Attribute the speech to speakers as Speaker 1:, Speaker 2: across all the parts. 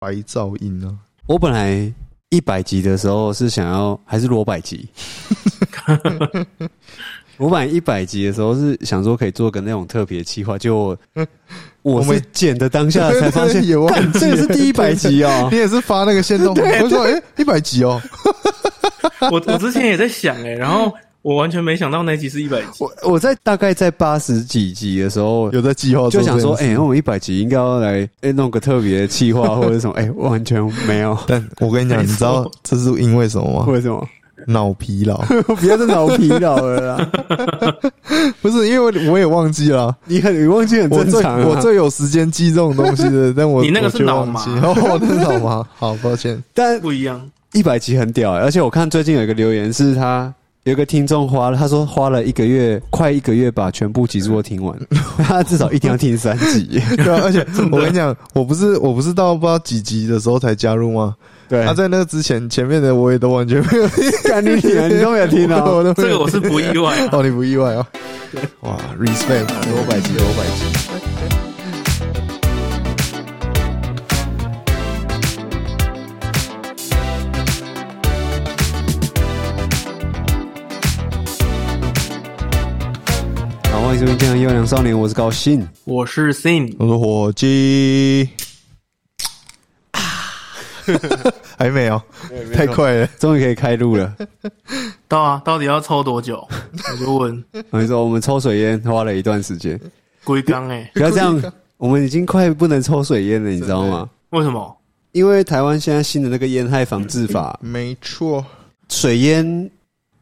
Speaker 1: 白噪音啊，
Speaker 2: 我本来一百集的时候是想要，还是罗百 集。我本来一百集的时候是想说可以做个那种特别企划，就 我
Speaker 1: 们
Speaker 2: 们剪的当下才发 现
Speaker 1: 也，忘
Speaker 2: 干
Speaker 1: 记
Speaker 2: 这个是第一百集哦
Speaker 1: 你。也是发那个线动，我说哎，一百集哦，
Speaker 3: 我我之前也在想哎、然后我完全没想到那集是一百集，
Speaker 2: 我我在大概在八十几集的时候，
Speaker 1: 有在计划做
Speaker 2: 就想说，
Speaker 1: 这件
Speaker 2: 哎、
Speaker 1: 事
Speaker 2: 那我们一百集应该要来、哎弄个特别的企划或者什么， 哎、完全没有，
Speaker 1: 但我跟你讲，
Speaker 3: 没
Speaker 1: 你
Speaker 3: 错
Speaker 1: 知道这是因为什么吗？
Speaker 2: 为什么？
Speaker 1: 脑疲劳，
Speaker 2: 不要再脑疲劳了啦！
Speaker 1: 不是因为我我也忘记了啊。
Speaker 2: 你很你忘记很
Speaker 1: 我
Speaker 2: 正
Speaker 1: 最
Speaker 2: 常、啊
Speaker 1: 我最有时间记这种东西的，但我
Speaker 3: 你那个
Speaker 1: 我
Speaker 3: 是
Speaker 1: 却
Speaker 3: 脑
Speaker 1: 忘
Speaker 3: 麻
Speaker 1: 记哦，那是脑麻。 好，抱歉。
Speaker 2: 但
Speaker 3: 不一样。
Speaker 2: 一百集很屌、欸，而且我看最近有一个留言是他有一个听众花了，他说花了一个月，快一个月把全部集数都听 完，他至少一天要听三集。
Speaker 1: 对 啊，而且我跟你讲，我不是我不是到不知道几集的时候才加入吗？
Speaker 2: 对，
Speaker 3: 啊
Speaker 1: 他、在那之前前面的我也都完全没有听，
Speaker 2: 干你娘， 你都没有听 哦 到、
Speaker 1: 我都
Speaker 3: 这
Speaker 1: 没
Speaker 3: 个
Speaker 1: 有
Speaker 3: 我是不意外、啊，
Speaker 1: 哦，你不意外 哦？哇，respect，
Speaker 2: 多百集，多百集。好，欢迎收听《健康优良少年》，我是高兴。
Speaker 3: 我是 Sin，
Speaker 1: 我说火鸡， 还啊哎没有，太快了。
Speaker 2: 终于可以开录 了。
Speaker 3: 到啊，到底要抽多久？我就问
Speaker 2: 我跟你说，我们抽水烟花了一段时 间，
Speaker 3: 龟缸哎，
Speaker 2: 不要这样，我们已经快不能抽水烟了，你知道吗？
Speaker 3: 为什么？
Speaker 2: 因为台湾现在新的那个烟害防治法，
Speaker 1: 没错，
Speaker 2: 水烟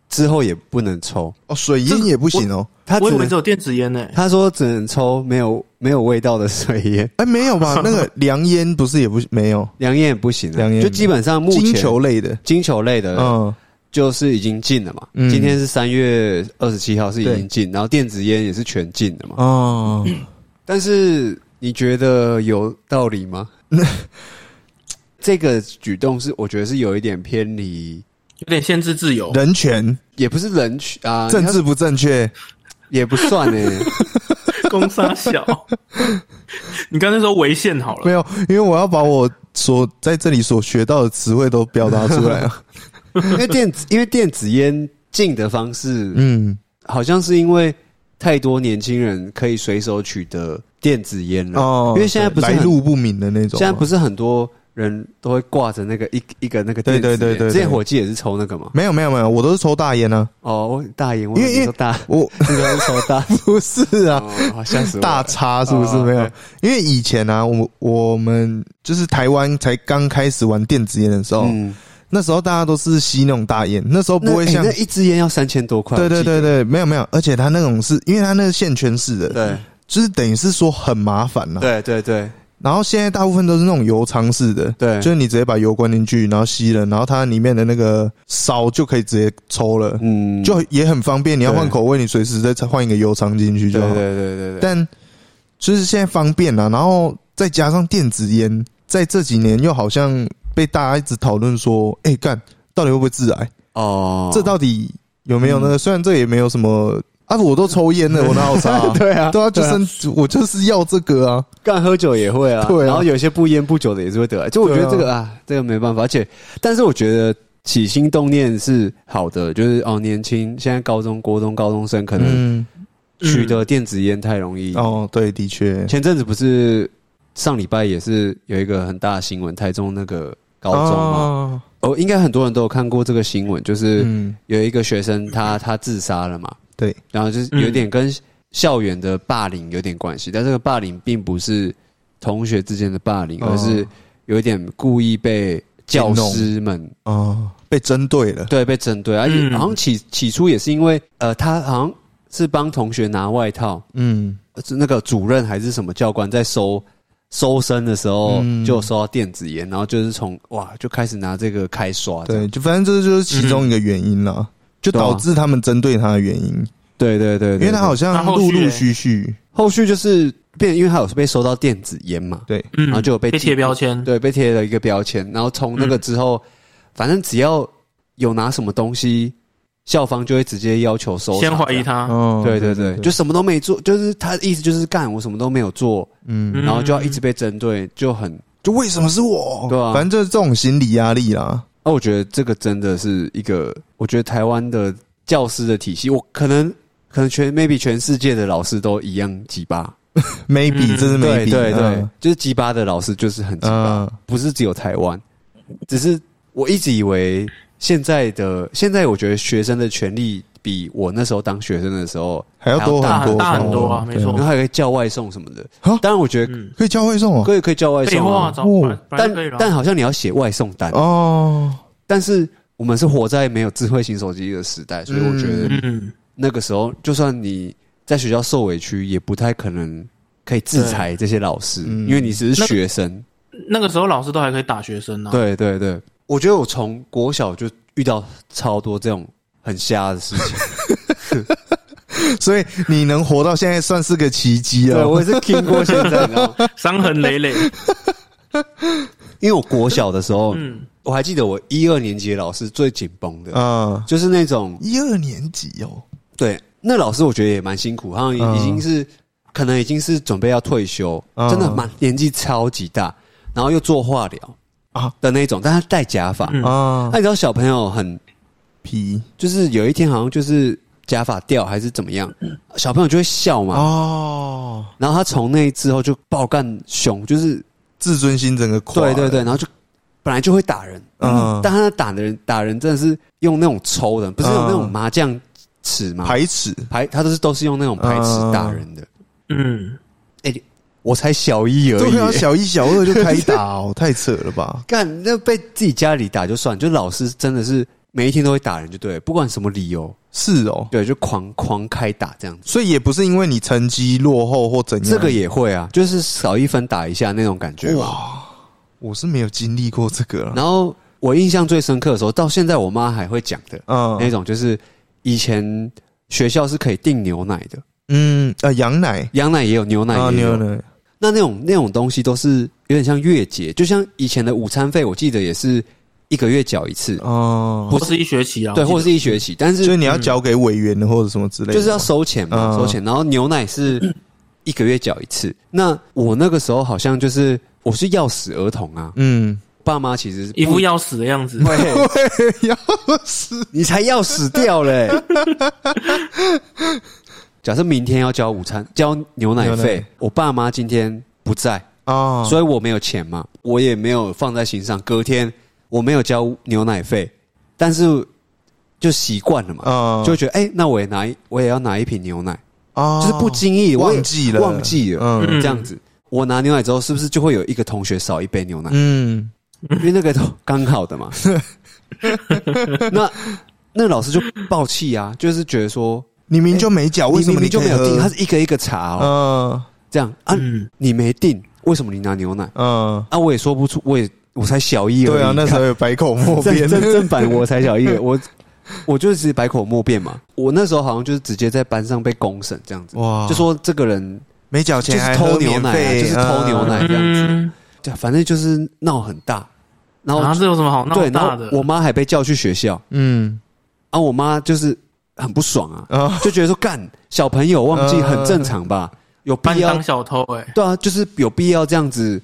Speaker 2: 之后也不能抽，
Speaker 1: 哦，水烟也不行哦。
Speaker 2: 他
Speaker 3: 我
Speaker 2: 只
Speaker 3: 以为
Speaker 2: 能
Speaker 3: 只有电子烟呢、欸，
Speaker 2: 他说只能抽没有没有味道的水烟，
Speaker 1: 哎，没有 吧？那个凉烟不是也不没有，
Speaker 2: 凉烟也不行啊，
Speaker 1: 凉烟
Speaker 2: 就基本上目前
Speaker 1: 金球类的，
Speaker 2: 金球类的
Speaker 1: 嗯，
Speaker 2: 就是已经禁了嘛。
Speaker 1: 嗯
Speaker 2: 今天是三月二十七号是已
Speaker 1: 对
Speaker 2: 经禁，然后电子烟也是全禁的嘛。
Speaker 1: 哦，
Speaker 2: 但是你觉得有道 理吗？这个举动是我觉得是有一点偏离，
Speaker 3: 有点限制自由。
Speaker 1: 人权、
Speaker 2: 也不是人群啊，
Speaker 1: 政
Speaker 2: 你要
Speaker 1: 治不正确，
Speaker 2: 也不算欸呢、
Speaker 3: 公沙小，你刚才说违宪好
Speaker 1: 没
Speaker 3: 了，
Speaker 1: 有，因为我要把我所在这里所学到的词汇都表达出来 啊。
Speaker 2: 因为电子因为电子烟禁的方式，
Speaker 1: 嗯，
Speaker 2: 好像是因为太多年轻人可以随手取得电子烟了，
Speaker 1: 哦，
Speaker 2: 因为现在不是
Speaker 1: 来
Speaker 2: 很
Speaker 1: 路不明的那种
Speaker 2: 现
Speaker 1: 啊，
Speaker 2: 在不是很多人都会挂着那个一一个那个电子
Speaker 1: 对
Speaker 2: 烟，
Speaker 1: 对对对对
Speaker 2: 之前火鸡也是抽那个嘛，
Speaker 1: 没有没有没有，我都是抽大烟啊，
Speaker 2: 哦，我大烟，我
Speaker 1: 因为因为
Speaker 2: 抽大，
Speaker 1: 我
Speaker 2: 这个是抽大，
Speaker 1: 不是啊，
Speaker 2: 哦，吓死我了，
Speaker 1: 大叉是不是
Speaker 2: 哦
Speaker 1: 没有
Speaker 2: 对？
Speaker 1: 因为以前啊，我我们就是台湾才刚开始玩电子烟的时候，
Speaker 2: 嗯，
Speaker 1: 那时候大家都是吸那种大烟，那时候
Speaker 2: 那
Speaker 1: 哦不会
Speaker 2: 欸
Speaker 1: 像
Speaker 2: 那一支烟要三千多块，
Speaker 1: 对
Speaker 2: 我
Speaker 1: 对
Speaker 2: 记
Speaker 1: 对
Speaker 2: 得
Speaker 1: 对，没有没有，而且它那种是因为它那个线圈式的，就是等于是说很麻烦了、
Speaker 2: 对对对对
Speaker 1: 然后现在大部分都是那种油仓式的，
Speaker 2: 对
Speaker 1: 就是你直接把油灌进去，然后吸了，然后它里面的那个烧就可以直接抽了，
Speaker 2: 嗯，
Speaker 1: 就也很方便。你要
Speaker 2: 对
Speaker 1: 换口味，你随时再换一个油仓进去
Speaker 2: 对
Speaker 1: 就好。
Speaker 2: 对对对对，
Speaker 1: 但就是现在方便了、然后再加上电子烟，在这几年又好像被大家一直讨论说，哎、干到底会不会致癌？
Speaker 2: 哦，？
Speaker 1: 这到底有没有呢？虽然这也没有什么啊，我都抽烟了，我哪有差、啊
Speaker 2: 对啊，
Speaker 1: 对啊，就剩我就是要这个啊，
Speaker 2: 干喝酒也会啊，
Speaker 1: 对啊
Speaker 2: 然后有些不烟不酒的也是会得癌，就我觉得
Speaker 1: 对啊
Speaker 2: 这个啊，这个没办法，而且，但是我觉得起心动念是好的，就是哦，年轻现在高中、国中、高中生可能
Speaker 1: 嗯，
Speaker 2: 取得电子烟太容易。
Speaker 1: 哦，对，的确，
Speaker 2: 前阵子不是上礼拜也是有一个很大的新闻，台中那个高中嘛，
Speaker 1: 哦，
Speaker 2: 哦，应该很多人都有看过这个新闻，就是
Speaker 1: 嗯，
Speaker 2: 有一个学生他他自杀了嘛，
Speaker 1: 对，
Speaker 2: 然后
Speaker 1: 嗯
Speaker 2: 就是有点跟校园的霸凌有点关系，但这个霸凌并不是同学之间的霸凌，
Speaker 1: 哦
Speaker 2: 而是有一点故意被教师们
Speaker 1: 哦，被针对了，
Speaker 2: 对被针对，而且
Speaker 3: 嗯
Speaker 2: 好像起起初也是因为呃，他好像是帮同学拿外套，
Speaker 1: 嗯，
Speaker 2: 呃是那个主任还是什么教官在收。收身的时候
Speaker 1: 嗯
Speaker 2: 就有收到电子烟，然后就是从哇就开始拿这个开刷啊这样，嗯
Speaker 1: 对，就反正这就是其中一个原因啦，就导致他们针对他的原因，
Speaker 2: 对对对对，
Speaker 1: 因为他好
Speaker 3: 那
Speaker 1: 像
Speaker 3: 后
Speaker 1: 陆
Speaker 3: 续
Speaker 1: 陆
Speaker 3: 嘞
Speaker 1: 续续，
Speaker 2: 后续就是变，因为他有被收到电子烟嘛，
Speaker 1: 对，
Speaker 3: 嗯
Speaker 2: 然后就有被
Speaker 3: 被
Speaker 2: 记
Speaker 3: 贴标签，
Speaker 2: 对，被贴了一个标签，然后从
Speaker 3: 嗯
Speaker 2: 那个之后，反正只要有拿什么东西，校方就会直接要求收。
Speaker 3: 先怀疑。他，
Speaker 1: 哦，
Speaker 2: 对对对，就
Speaker 1: 就
Speaker 2: 什么都没做，就是他的意思就是干我什么都没有做，
Speaker 1: 嗯
Speaker 3: 嗯
Speaker 2: 然后就要一直被针对，就很
Speaker 1: 就为什么是我？
Speaker 2: 对啊
Speaker 1: 反正就是这种心理压力啦。
Speaker 2: 那我觉得这个真的是一个，我觉得台湾的教师的体系，我可能可能全 maybe 全世界的老师都一样鸡巴，
Speaker 1: Maybe，、
Speaker 3: 嗯
Speaker 1: 这是
Speaker 2: 对
Speaker 1: maybe，
Speaker 2: 对对，
Speaker 1: 嗯
Speaker 2: 就是鸡巴的老师就是很鸡巴，
Speaker 1: 嗯
Speaker 2: 不是只有台湾，只是我一直以为现在的现在，我觉得学生的权利比我那时候当学生的时候
Speaker 1: 还要多
Speaker 2: 还要
Speaker 1: 很多，
Speaker 3: 大很多啊
Speaker 1: 哦
Speaker 3: 没错
Speaker 2: 然后还有一个叫外送什么的
Speaker 1: 啊。
Speaker 2: 当然，我觉得
Speaker 3: 嗯，
Speaker 1: 可以教会送哦。
Speaker 2: 可以可以叫外
Speaker 3: 废
Speaker 2: 送
Speaker 3: 话，
Speaker 2: 啊，
Speaker 3: 早
Speaker 1: 哦
Speaker 3: 本来
Speaker 2: 但
Speaker 3: 本来就可以了。
Speaker 2: 但好像你要写外送单，
Speaker 1: 哦，
Speaker 2: 但是我们是活在没有智慧型手机的时代，所以我觉得
Speaker 3: 嗯，
Speaker 2: 那个时候，就算你在学校受委屈，也不太可能可以制裁这些老师，
Speaker 1: 嗯
Speaker 2: 因为你只是学生。
Speaker 3: 那个时候老师都还可以打学生啊呢、，
Speaker 2: 对对对，啊我觉得我从国小就遇到超多这种很瞎的事情，
Speaker 1: 所以你能活到现在算是个奇迹
Speaker 2: 对
Speaker 1: 啊！
Speaker 2: 我也是听过现在的，
Speaker 3: 伤痕累累。
Speaker 2: 因为我国小的时候，
Speaker 3: 嗯，
Speaker 2: 我还记得我一二年级的老师最紧绷的，
Speaker 1: 啊，
Speaker 2: 就是那种
Speaker 1: 一二年级哦，
Speaker 2: 对，那老师我觉得也蛮辛苦，好像
Speaker 1: 嗯
Speaker 2: 已经是、可能已经是准备要退休，
Speaker 1: 嗯
Speaker 2: 真的蛮年纪超级大，然后又做化疗
Speaker 1: 啊
Speaker 2: 啊的那种，但他戴假发。
Speaker 3: 嗯
Speaker 1: 啊
Speaker 2: 那，你知道小朋友很，
Speaker 1: 皮
Speaker 2: 就是有一天好像就是假发掉还是怎么样，小朋友就会笑嘛。
Speaker 1: 哦，
Speaker 2: 然后他从那之后就爆干凶，就是
Speaker 1: 自尊心整个垮，
Speaker 2: 对对对，，然后就本来就会打人，
Speaker 1: 嗯
Speaker 2: 但他打的人打人真的是用那种抽的，不是有那种
Speaker 1: 嗯
Speaker 2: 麻将尺嘛，
Speaker 1: 排斥
Speaker 2: 排他都是都是用那种排尺打人的。
Speaker 3: 嗯，
Speaker 2: 我才小一而已、
Speaker 1: 对啊，小一小二就开打哦， 太扯了吧？
Speaker 2: 干那被自己家里打就算，就老师真的是每一天都会打人，就对了，不管什么理由，
Speaker 1: 是哦，
Speaker 2: 对，就狂狂开打这样子。
Speaker 1: 所以也不是因为你成绩落后或怎样，
Speaker 2: 这个也会啊，就是少一分打一下那种感觉嘛。
Speaker 1: 哇，我是没有经历过这个了。
Speaker 2: 然后我印象最深刻的时候，到现在我妈还会讲的、那
Speaker 1: 嗯
Speaker 2: 种，就是以前学校是可以订牛奶的，
Speaker 1: 嗯啊，羊奶
Speaker 2: 羊奶也有，牛奶
Speaker 1: 啊，
Speaker 2: 也有。
Speaker 1: 牛奶
Speaker 2: 那那种那种东西都是有点像月结，就像以前的午餐费，我记得也是一个月缴一次，
Speaker 1: 哦，嗯
Speaker 3: 或是一学期啊，
Speaker 2: 对，
Speaker 3: 我记
Speaker 2: 或
Speaker 3: 得
Speaker 2: 者是一学期，但是
Speaker 1: 所以你要交给委员或者什么之类的吗，
Speaker 2: 就是要收钱嘛，
Speaker 1: 嗯
Speaker 2: 收钱。然后牛奶是一个月缴一次。那我那个时候好像就是我是要死儿童啊，
Speaker 1: 嗯，
Speaker 2: 爸妈其实是不
Speaker 3: 一副要死的样 子。
Speaker 2: 对，
Speaker 1: 要死
Speaker 2: 你才要死掉嘞、 假设明天要交午餐、交牛奶
Speaker 1: 牛
Speaker 2: 费
Speaker 1: 奶，
Speaker 2: 我爸妈今天不在，
Speaker 1: 啊！
Speaker 2: 所以我没有钱嘛，我也没有放在心上。隔天我没有交牛奶费，但是就习惯了嘛，
Speaker 1: 啊，
Speaker 2: 就会觉得哎、那我也拿一，我也要拿一瓶牛奶。
Speaker 1: 啊，
Speaker 2: 就是不经意我也
Speaker 1: 忘记了，
Speaker 2: 忘记了，
Speaker 1: 嗯
Speaker 3: 嗯
Speaker 2: 这样子。我拿牛奶之后，是不是就会有一个同学少一杯牛奶？
Speaker 1: 嗯
Speaker 2: 因为那个都刚好的 嘛。那那老师就爆气啊，就是觉得说，
Speaker 1: 你明明就没啊缴，为
Speaker 2: 你
Speaker 1: 什
Speaker 2: 明
Speaker 1: 么
Speaker 2: 明就没有订，他
Speaker 1: 订？
Speaker 2: 是一个一个查哦，
Speaker 1: 嗯
Speaker 2: 这样啊，
Speaker 3: 嗯，
Speaker 2: 你没订，为什么你拿牛奶？
Speaker 1: 嗯，
Speaker 2: 啊，我也说不出，我也我才小一而已。
Speaker 1: 对啊，那时候
Speaker 2: 看
Speaker 1: 有百口莫辩
Speaker 2: 正，正正版我才小一，我我就是百口莫辩嘛。我那时候好像就是直接在班上被公审这样 子，
Speaker 1: 哇
Speaker 2: 就说这个人
Speaker 1: 没缴
Speaker 2: 就
Speaker 1: 钱还
Speaker 2: 是
Speaker 1: 喝
Speaker 2: 偷牛
Speaker 1: 免
Speaker 2: 奶啊，
Speaker 1: 费
Speaker 2: 就是偷牛奶这样子。
Speaker 3: 嗯，
Speaker 2: 对，反正就是闹很大，然后、
Speaker 3: 啊，这有什么好
Speaker 2: 对
Speaker 3: 闹，
Speaker 2: 然
Speaker 3: 大
Speaker 2: 后
Speaker 3: 的？
Speaker 2: 我妈还被叫去学校，
Speaker 1: 嗯
Speaker 2: 啊，我妈就是很不爽啊，
Speaker 1: 嗯啊，
Speaker 2: 就觉得说干小朋友忘记很正常吧，
Speaker 1: 呃
Speaker 2: 有
Speaker 3: 把
Speaker 2: 必
Speaker 3: 你
Speaker 2: 要
Speaker 3: 当小偷哎、
Speaker 2: 对啊，就是有必要这样子。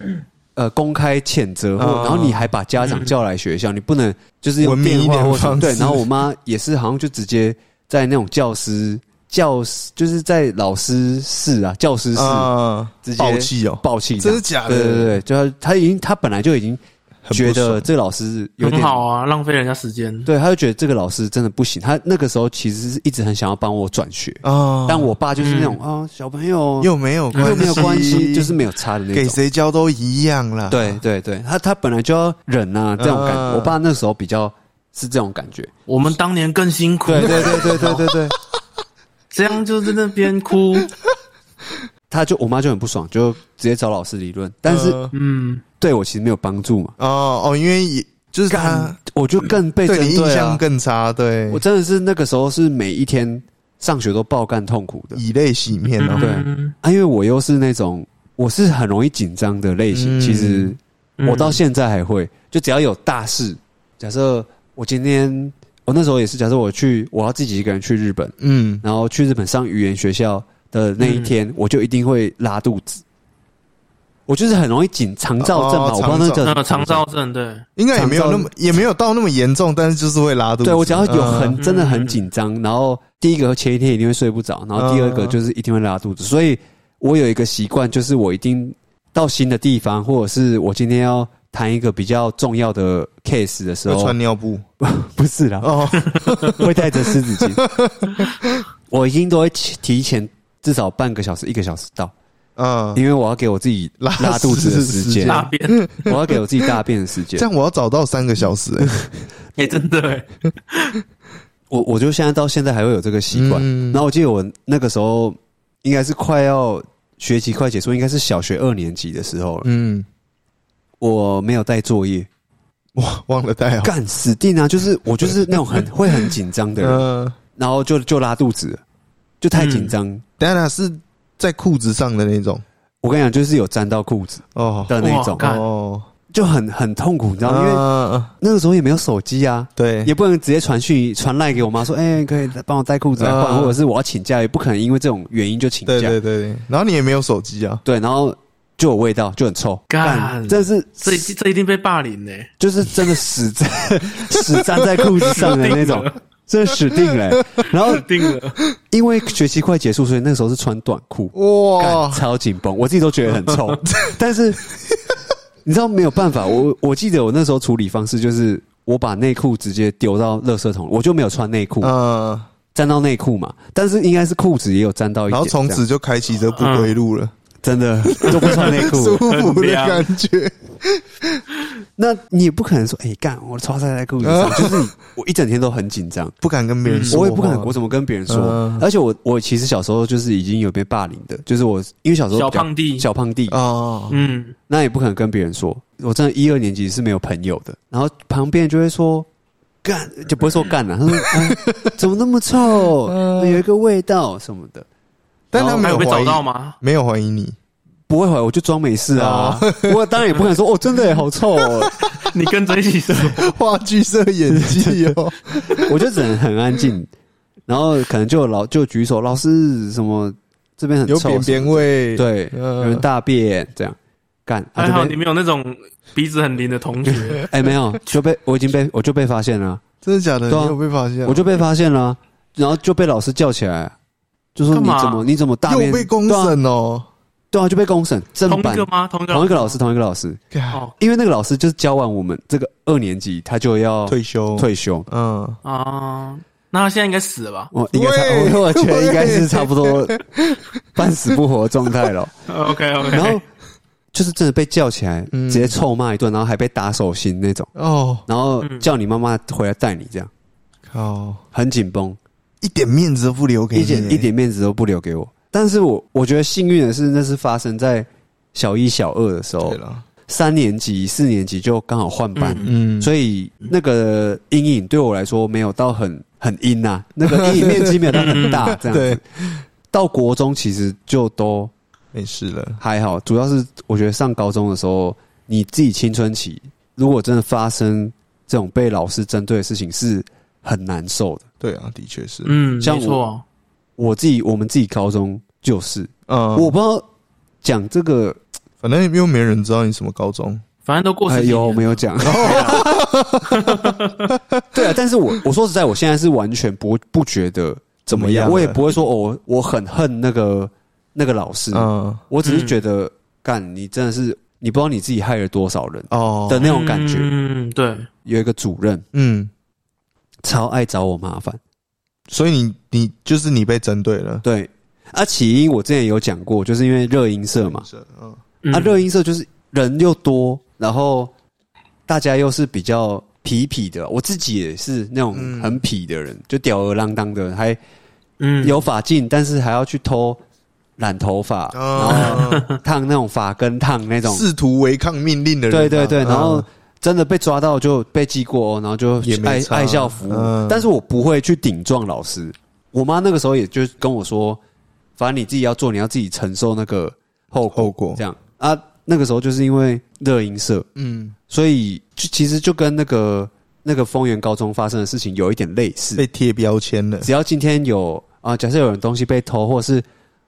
Speaker 2: 呃，公开谴责，或
Speaker 1: 嗯
Speaker 2: 然后你还把家长叫来学校，你不能就是用
Speaker 1: 文明
Speaker 2: 电
Speaker 1: 一
Speaker 2: 话
Speaker 1: 点
Speaker 2: 或什么
Speaker 1: 方式
Speaker 2: 对。然后我妈也是，好像就直接在那种教师教师，就是在老师室啊，教师室
Speaker 1: 啊，
Speaker 2: 直接
Speaker 1: 暴气哦，
Speaker 2: 暴气这
Speaker 1: 真的假
Speaker 2: 样，对对
Speaker 1: 的？
Speaker 2: 对，就他他已经他本来就已经
Speaker 1: 很
Speaker 2: 觉
Speaker 1: 不爽
Speaker 2: 得这老师有
Speaker 3: 很
Speaker 2: 点
Speaker 3: 好啊，浪费人家时间。
Speaker 2: 对，他就觉得这个老师真的不行。他那个时候其实是一直很想要帮我转学，
Speaker 1: 啊，
Speaker 2: 但我爸就是那种、啊，小朋友
Speaker 1: 又没有
Speaker 2: 又
Speaker 1: 关
Speaker 2: 没有关系，就是没有差的那
Speaker 1: 哦给
Speaker 2: 种。
Speaker 1: 谁教都一样啦。
Speaker 2: 对对对，他他本来就要忍啊，这种感觉。
Speaker 1: 嗯
Speaker 2: 我爸那时候比较是这种感觉。
Speaker 3: 我们当年更辛苦，
Speaker 2: 对对 对对对对对，
Speaker 3: 这样就在那边 哭。
Speaker 2: 他就我妈就很不爽，就直接找老师理论，但是
Speaker 1: 呃
Speaker 3: 嗯，
Speaker 2: 对我其实没有帮助嘛，
Speaker 1: 哦哦，因为也就是他
Speaker 2: 我就更被针
Speaker 1: 对你印
Speaker 2: 对
Speaker 1: 象
Speaker 2: 啊。
Speaker 1: 更差，对
Speaker 2: 我，真的是那个时候是每一天上学都爆干痛苦的。
Speaker 1: 以泪洗面哦。
Speaker 2: 对
Speaker 3: 嗯
Speaker 2: 啊，因为我又是那种我是很容易紧张的类型，
Speaker 1: 嗯
Speaker 2: 其实
Speaker 3: 嗯
Speaker 2: 我到现在还会，就只要有大事，假设我今天我那时候也是，假设我去我要自己一个人去日本，
Speaker 1: 嗯，
Speaker 2: 然后去日本上语言学校的那一天，我就一定会拉肚子。我就是很容易紧肠燥症嘛，
Speaker 1: 哦
Speaker 2: 我不知道那叫什
Speaker 3: 那
Speaker 2: 么
Speaker 3: 肠燥。症对，
Speaker 1: 应该也没有那么也没有到那么严重，但是就是会拉肚子。
Speaker 2: 对我只要有很
Speaker 3: 嗯
Speaker 2: 真的很紧张，然后第一个前一天一定会睡不着，然后第二
Speaker 3: 嗯
Speaker 2: 个就是一定会拉肚子，所以我有一个习惯，就是我一定到新的地方，或者是我今天要谈一个比较重要的 case 的时
Speaker 1: 会
Speaker 2: 候，
Speaker 1: 穿尿布
Speaker 2: 不是啦，
Speaker 1: 哦，
Speaker 2: 会带着湿纸巾， 我一定都会提提前至少半个小时一个小时到，
Speaker 1: 嗯，
Speaker 2: 因为我要给我自己
Speaker 1: 拉
Speaker 2: 拉肚子的
Speaker 1: 屎
Speaker 2: 时间
Speaker 1: 对
Speaker 3: 大
Speaker 1: 时，
Speaker 3: 便，
Speaker 2: 我要给我自己大便的时 间
Speaker 1: 这。样我要找到三个小
Speaker 2: 嗯
Speaker 1: 时、欸，
Speaker 3: 哎，真的哎，
Speaker 2: 我我就现在到现在还会有这个习惯。
Speaker 1: 嗯
Speaker 2: 然后我记得我那个时候应该是快要学期快结束，应该是小学二年级的时候了。
Speaker 1: 嗯，
Speaker 2: 我没有带作业，
Speaker 1: 哇，忘了带好，
Speaker 2: 干死定啊！就是 我就是那种很会很紧张的人，
Speaker 1: 嗯、
Speaker 2: 然后就就拉肚子了，就太紧张。
Speaker 1: 等一下是在裤子上的那种
Speaker 2: 我跟你讲，就是有沾到裤子
Speaker 1: 哦，
Speaker 2: 的那种
Speaker 3: 哇，干
Speaker 1: 哦，
Speaker 2: 就很很痛苦，你知道吗？因为
Speaker 1: 嗯嗯
Speaker 2: 那个时候也没有手机啊，
Speaker 1: 对，
Speaker 2: 也不能直接传讯传赖给我妈说，哎、可以帮我带裤子来换，
Speaker 1: 嗯
Speaker 2: 或者是我要请假，也不可能因为这种原因就请假。
Speaker 1: 对对对对，然后你也没有手机啊，
Speaker 2: 对，然后就有味道，就很臭。
Speaker 3: 干
Speaker 2: 这是
Speaker 3: 这一定这一定被霸凌呢，
Speaker 2: 就是真的死在死粘在裤子上的那 种，真的死定了、然后
Speaker 3: 定了，
Speaker 2: 因为学期快结束，所以那时候是穿短裤，干
Speaker 1: 哇，
Speaker 2: 超紧绷，我自己都觉得很 臭。但是你知道没有办法，我我记得我那时候处理方式就是我把内裤直接丢到垃圾桶，我就没有穿内裤，
Speaker 1: 嗯，
Speaker 2: 沾到内裤嘛。但是应该是裤子也有沾到一点，
Speaker 1: 然后从
Speaker 2: 这样
Speaker 1: 此就开启这不归路了，
Speaker 2: 真的都不穿内裤
Speaker 1: 舒。服的感觉，
Speaker 2: 那你也不可能说，哎、干，我穿塞在裤子上，就是你我一整天都很紧 张。
Speaker 1: 嗯不敢跟别人说，
Speaker 2: 我也不可能，我，怎么跟别人说？
Speaker 1: 嗯
Speaker 2: 而且我我其实小时候就是已经有被霸凌的，就是我因为小时候
Speaker 3: 小
Speaker 2: 比较
Speaker 3: 胖弟
Speaker 2: 小胖弟，
Speaker 1: 哦，
Speaker 3: 嗯，
Speaker 2: 那也不可能跟别人说。我真的一二年级是没有朋友的，然后旁边就会说干，就不会说干了、他说、啊怎么那么臭，有一个味道什么的，
Speaker 1: 但他
Speaker 3: 还
Speaker 1: 没
Speaker 3: 有被
Speaker 1: 怀
Speaker 3: 找到
Speaker 1: 疑，
Speaker 3: 吗？
Speaker 1: 没有怀疑你，
Speaker 2: 不会回来我就装没事啊。我当然也不可能说哦，真 的耶好臭、哦，
Speaker 3: 你跟着一 起说，
Speaker 1: 话剧社演技哦，
Speaker 2: 我就只能很安静，然后可能就有老就举手，老师什么这边 很
Speaker 1: 有
Speaker 2: 臭
Speaker 1: 扁
Speaker 2: 什么
Speaker 1: 扁味，
Speaker 2: 对，
Speaker 1: 嗯
Speaker 2: 有人大便这样干，啊
Speaker 3: 还
Speaker 2: 就
Speaker 3: 好
Speaker 2: 被
Speaker 3: 你没有那种鼻子很灵的同学，
Speaker 2: 哎、没有，就被我已经 被我就被发现了，
Speaker 1: 真的假的？
Speaker 2: 对啊
Speaker 1: 你有被发现啊？
Speaker 2: 我就被发现了，然后就被老师叫起来，就说
Speaker 3: 干
Speaker 2: 你
Speaker 3: 嘛
Speaker 2: 怎么你怎么大便
Speaker 1: 又被公
Speaker 2: 对啊，
Speaker 1: 审哦，
Speaker 2: 对啊，就被公审，正
Speaker 3: 同一
Speaker 2: 版
Speaker 3: 个吗？同一个
Speaker 2: 同一个老师，同一个老师，
Speaker 1: 干
Speaker 3: 哦
Speaker 2: 因为那个老师就是教完我们这个二年级，他就要
Speaker 1: 退休，
Speaker 2: 退休。
Speaker 1: 嗯，
Speaker 3: 啊，那他现在应该死了吧？
Speaker 2: 我哦应该差，
Speaker 1: 喂
Speaker 2: 我觉得应该是差 不多半死不活的状态了。
Speaker 3: OK OK，
Speaker 2: 然后就是真的被叫起来，
Speaker 1: 嗯
Speaker 2: 直接臭骂一顿，然后还被打手心那种。
Speaker 1: 哦，
Speaker 2: 然后叫你妈妈回来带你，这样
Speaker 1: 靠，
Speaker 2: 很紧绷，
Speaker 1: 一点面子都不留给你，
Speaker 2: 一点一点面子都不留给我。但是我我觉得幸运的是，那是发生在小一、小二的时候
Speaker 1: 对，了，
Speaker 2: 三年级、四年级就刚好换班，
Speaker 1: 嗯，
Speaker 2: 所以那个阴影对我来说没有到很很阴呐、 那个阴影面积没有到很大，这样
Speaker 1: 对
Speaker 2: 子。，到国中其实就都
Speaker 1: 没事了，
Speaker 2: 还好，主要是我觉得上高中的时候，你自己青春期如果真的发生这种被老师针对的事情，是很难受的。
Speaker 1: 对啊，的确是，
Speaker 3: 嗯，
Speaker 2: 像
Speaker 3: 没错，
Speaker 2: 我自己我们自己高中就是，
Speaker 1: 嗯，
Speaker 2: 我不知道讲这个，
Speaker 1: 反正又没人知道你什么高中，
Speaker 3: 反正都过
Speaker 2: 哎
Speaker 3: 时
Speaker 2: 有没有讲？
Speaker 3: 哦
Speaker 2: 对啊，但是我我说实在，我现在是完全不不觉得
Speaker 1: 怎
Speaker 2: 怎么
Speaker 1: 么样
Speaker 2: 样，
Speaker 1: 了
Speaker 2: 我也不会说哦我我很恨那个那个老师，
Speaker 1: 嗯，
Speaker 2: 我只是觉得干你真的是你不知道你自己害了多少人
Speaker 1: 哦，
Speaker 2: 的那种感觉。
Speaker 3: 嗯，对，
Speaker 2: 有一个主任
Speaker 1: 嗯，
Speaker 2: 超爱找我麻烦，
Speaker 1: 所以你你就是你被针对了，
Speaker 2: 对啊，起因我之前有讲过，就是因为热音社嘛，
Speaker 1: 是，嗯，
Speaker 3: 嗯
Speaker 2: 啊，热音社就是人又多，然后大家又是比较痞痞的。我自己也是那种
Speaker 1: 嗯
Speaker 2: 很痞的人，就吊儿郎当的，还
Speaker 3: 嗯
Speaker 2: 有发镜，但是还要去偷染头发，
Speaker 1: 哦，
Speaker 2: 烫那种发根烫啊 那种。
Speaker 1: 试图违抗命令的人啊，
Speaker 2: 对对对，
Speaker 1: 嗯
Speaker 2: 然后真的被抓到就被记过哦，然后就
Speaker 1: 也没
Speaker 2: 爱
Speaker 1: 差
Speaker 2: 爱校服务
Speaker 1: 嗯。
Speaker 2: 但是我不会去顶撞老师。我妈那个时候也就跟我说，反正你自己要做，你要自己承受那个后果。
Speaker 1: 后果
Speaker 2: 这，样啊，那个时候就是因为热音社，
Speaker 1: 嗯，
Speaker 2: 所以就其实就跟那个那个丰原高中发生的事情有一点类似
Speaker 1: 被。贴标签了，
Speaker 2: 只要今天有啊，假设有人东西被偷，或者是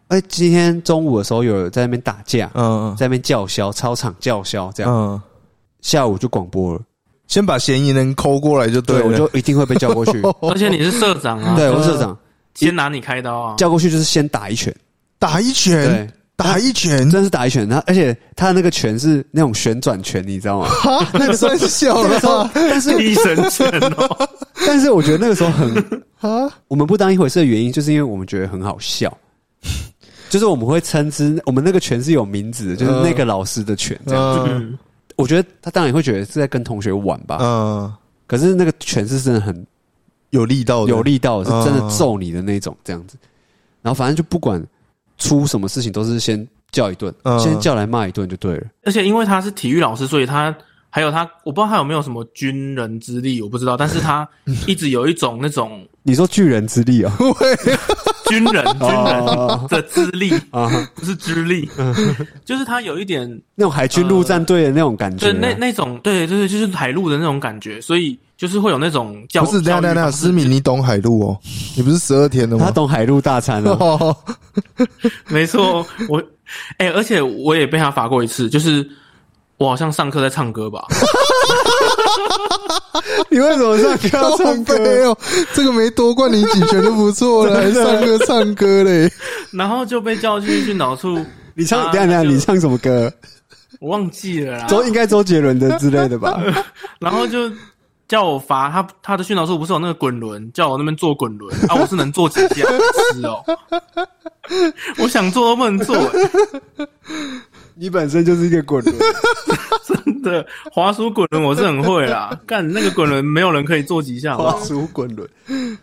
Speaker 2: 哎，今天中午的时候有人在那边打架，
Speaker 1: 嗯
Speaker 2: 在那边叫嚣，操场叫嚣这样，
Speaker 1: 嗯，
Speaker 2: 下午就广播了。
Speaker 1: 先把嫌疑人抠过来就
Speaker 2: 对，
Speaker 1: 了。
Speaker 2: 我就一定会被叫 过去。嗯
Speaker 3: 而且你是社长啊，
Speaker 2: 对，我是社长，
Speaker 3: 先拿你开刀啊，
Speaker 2: 叫过去就是先打一拳，
Speaker 1: 打一拳，
Speaker 2: 对，
Speaker 1: 打一拳，
Speaker 2: 真的是打一拳。然后，而且他那个拳是那种旋转拳，你知 道吗？
Speaker 1: 哈， 那个算是小
Speaker 2: 那
Speaker 1: 了
Speaker 2: 个时候
Speaker 1: 吧，
Speaker 2: 但是
Speaker 3: 医生证哦，
Speaker 2: 但是我觉得那个时候很，
Speaker 1: 啊，
Speaker 2: 我们不当一回事的原因，就是因为我们觉得很好 笑，就是我们会称之我们那个拳是有名字的，就是那个老师的拳这样。
Speaker 1: 嗯
Speaker 3: 嗯，
Speaker 2: 我觉得他当然会觉得是在跟同学玩吧，
Speaker 1: 嗯，
Speaker 2: 可是那个拳是真的很
Speaker 1: 有力道的，
Speaker 2: 有力道，是
Speaker 1: 嗯
Speaker 2: 真的揍你的那
Speaker 1: 哦
Speaker 2: 种这样子。然后反正就不管出什么事情，都是先叫一顿，
Speaker 1: 嗯
Speaker 2: 先叫来骂一顿就对了。
Speaker 3: 而且因为他是体育老师，所以他还有他，我不知道他有没有什么军人资历，我不知道，但是他一直有一种那种
Speaker 2: 你说巨人之力 哦，
Speaker 3: 军人军人
Speaker 2: 哦
Speaker 3: 的资历，
Speaker 2: 啊，
Speaker 3: 不是资历，就是他有一点
Speaker 2: 那种海军陆战队的那种感觉
Speaker 3: 对，
Speaker 2: 啊，
Speaker 3: 那那种对对对，就是海陆的那种感觉，所以就是会有那种教
Speaker 1: 不是，
Speaker 3: 教
Speaker 1: 等
Speaker 3: 育
Speaker 1: 一下等一下，
Speaker 3: 方式
Speaker 1: 思敏，你懂海陆哦？你不是十二天的
Speaker 2: 他
Speaker 1: 吗？
Speaker 2: 懂海陆大餐了。
Speaker 1: 哦，
Speaker 3: 没错，哦我哎、而且我也被他罚过一次，就是我好像上课在唱歌吧，
Speaker 2: 你为什么上课要
Speaker 1: 好
Speaker 2: 唱
Speaker 1: 悲
Speaker 2: 歌？
Speaker 1: 哦，这个没夺冠你几拳就不错了，还上课唱歌嘞，
Speaker 3: 然后就被叫去训导处，
Speaker 2: 你唱等
Speaker 3: 啊，
Speaker 2: 一下等一
Speaker 3: 就
Speaker 2: 下，你唱什么歌？
Speaker 3: 我忘记了啦，
Speaker 2: 周应该周杰伦的之类的吧？
Speaker 3: 然后就叫我罚他，他的训导处不是有那个滚轮，叫我那边做滚轮啊，我是能做几下，是哦， 我想做都不能做、欸
Speaker 2: 你本身就是一个滚 轮，
Speaker 3: 真的，滑鼠滚轮我是很会啦，干那个滚轮没有人可以做几下，好不 好
Speaker 2: 花鼠滚轮。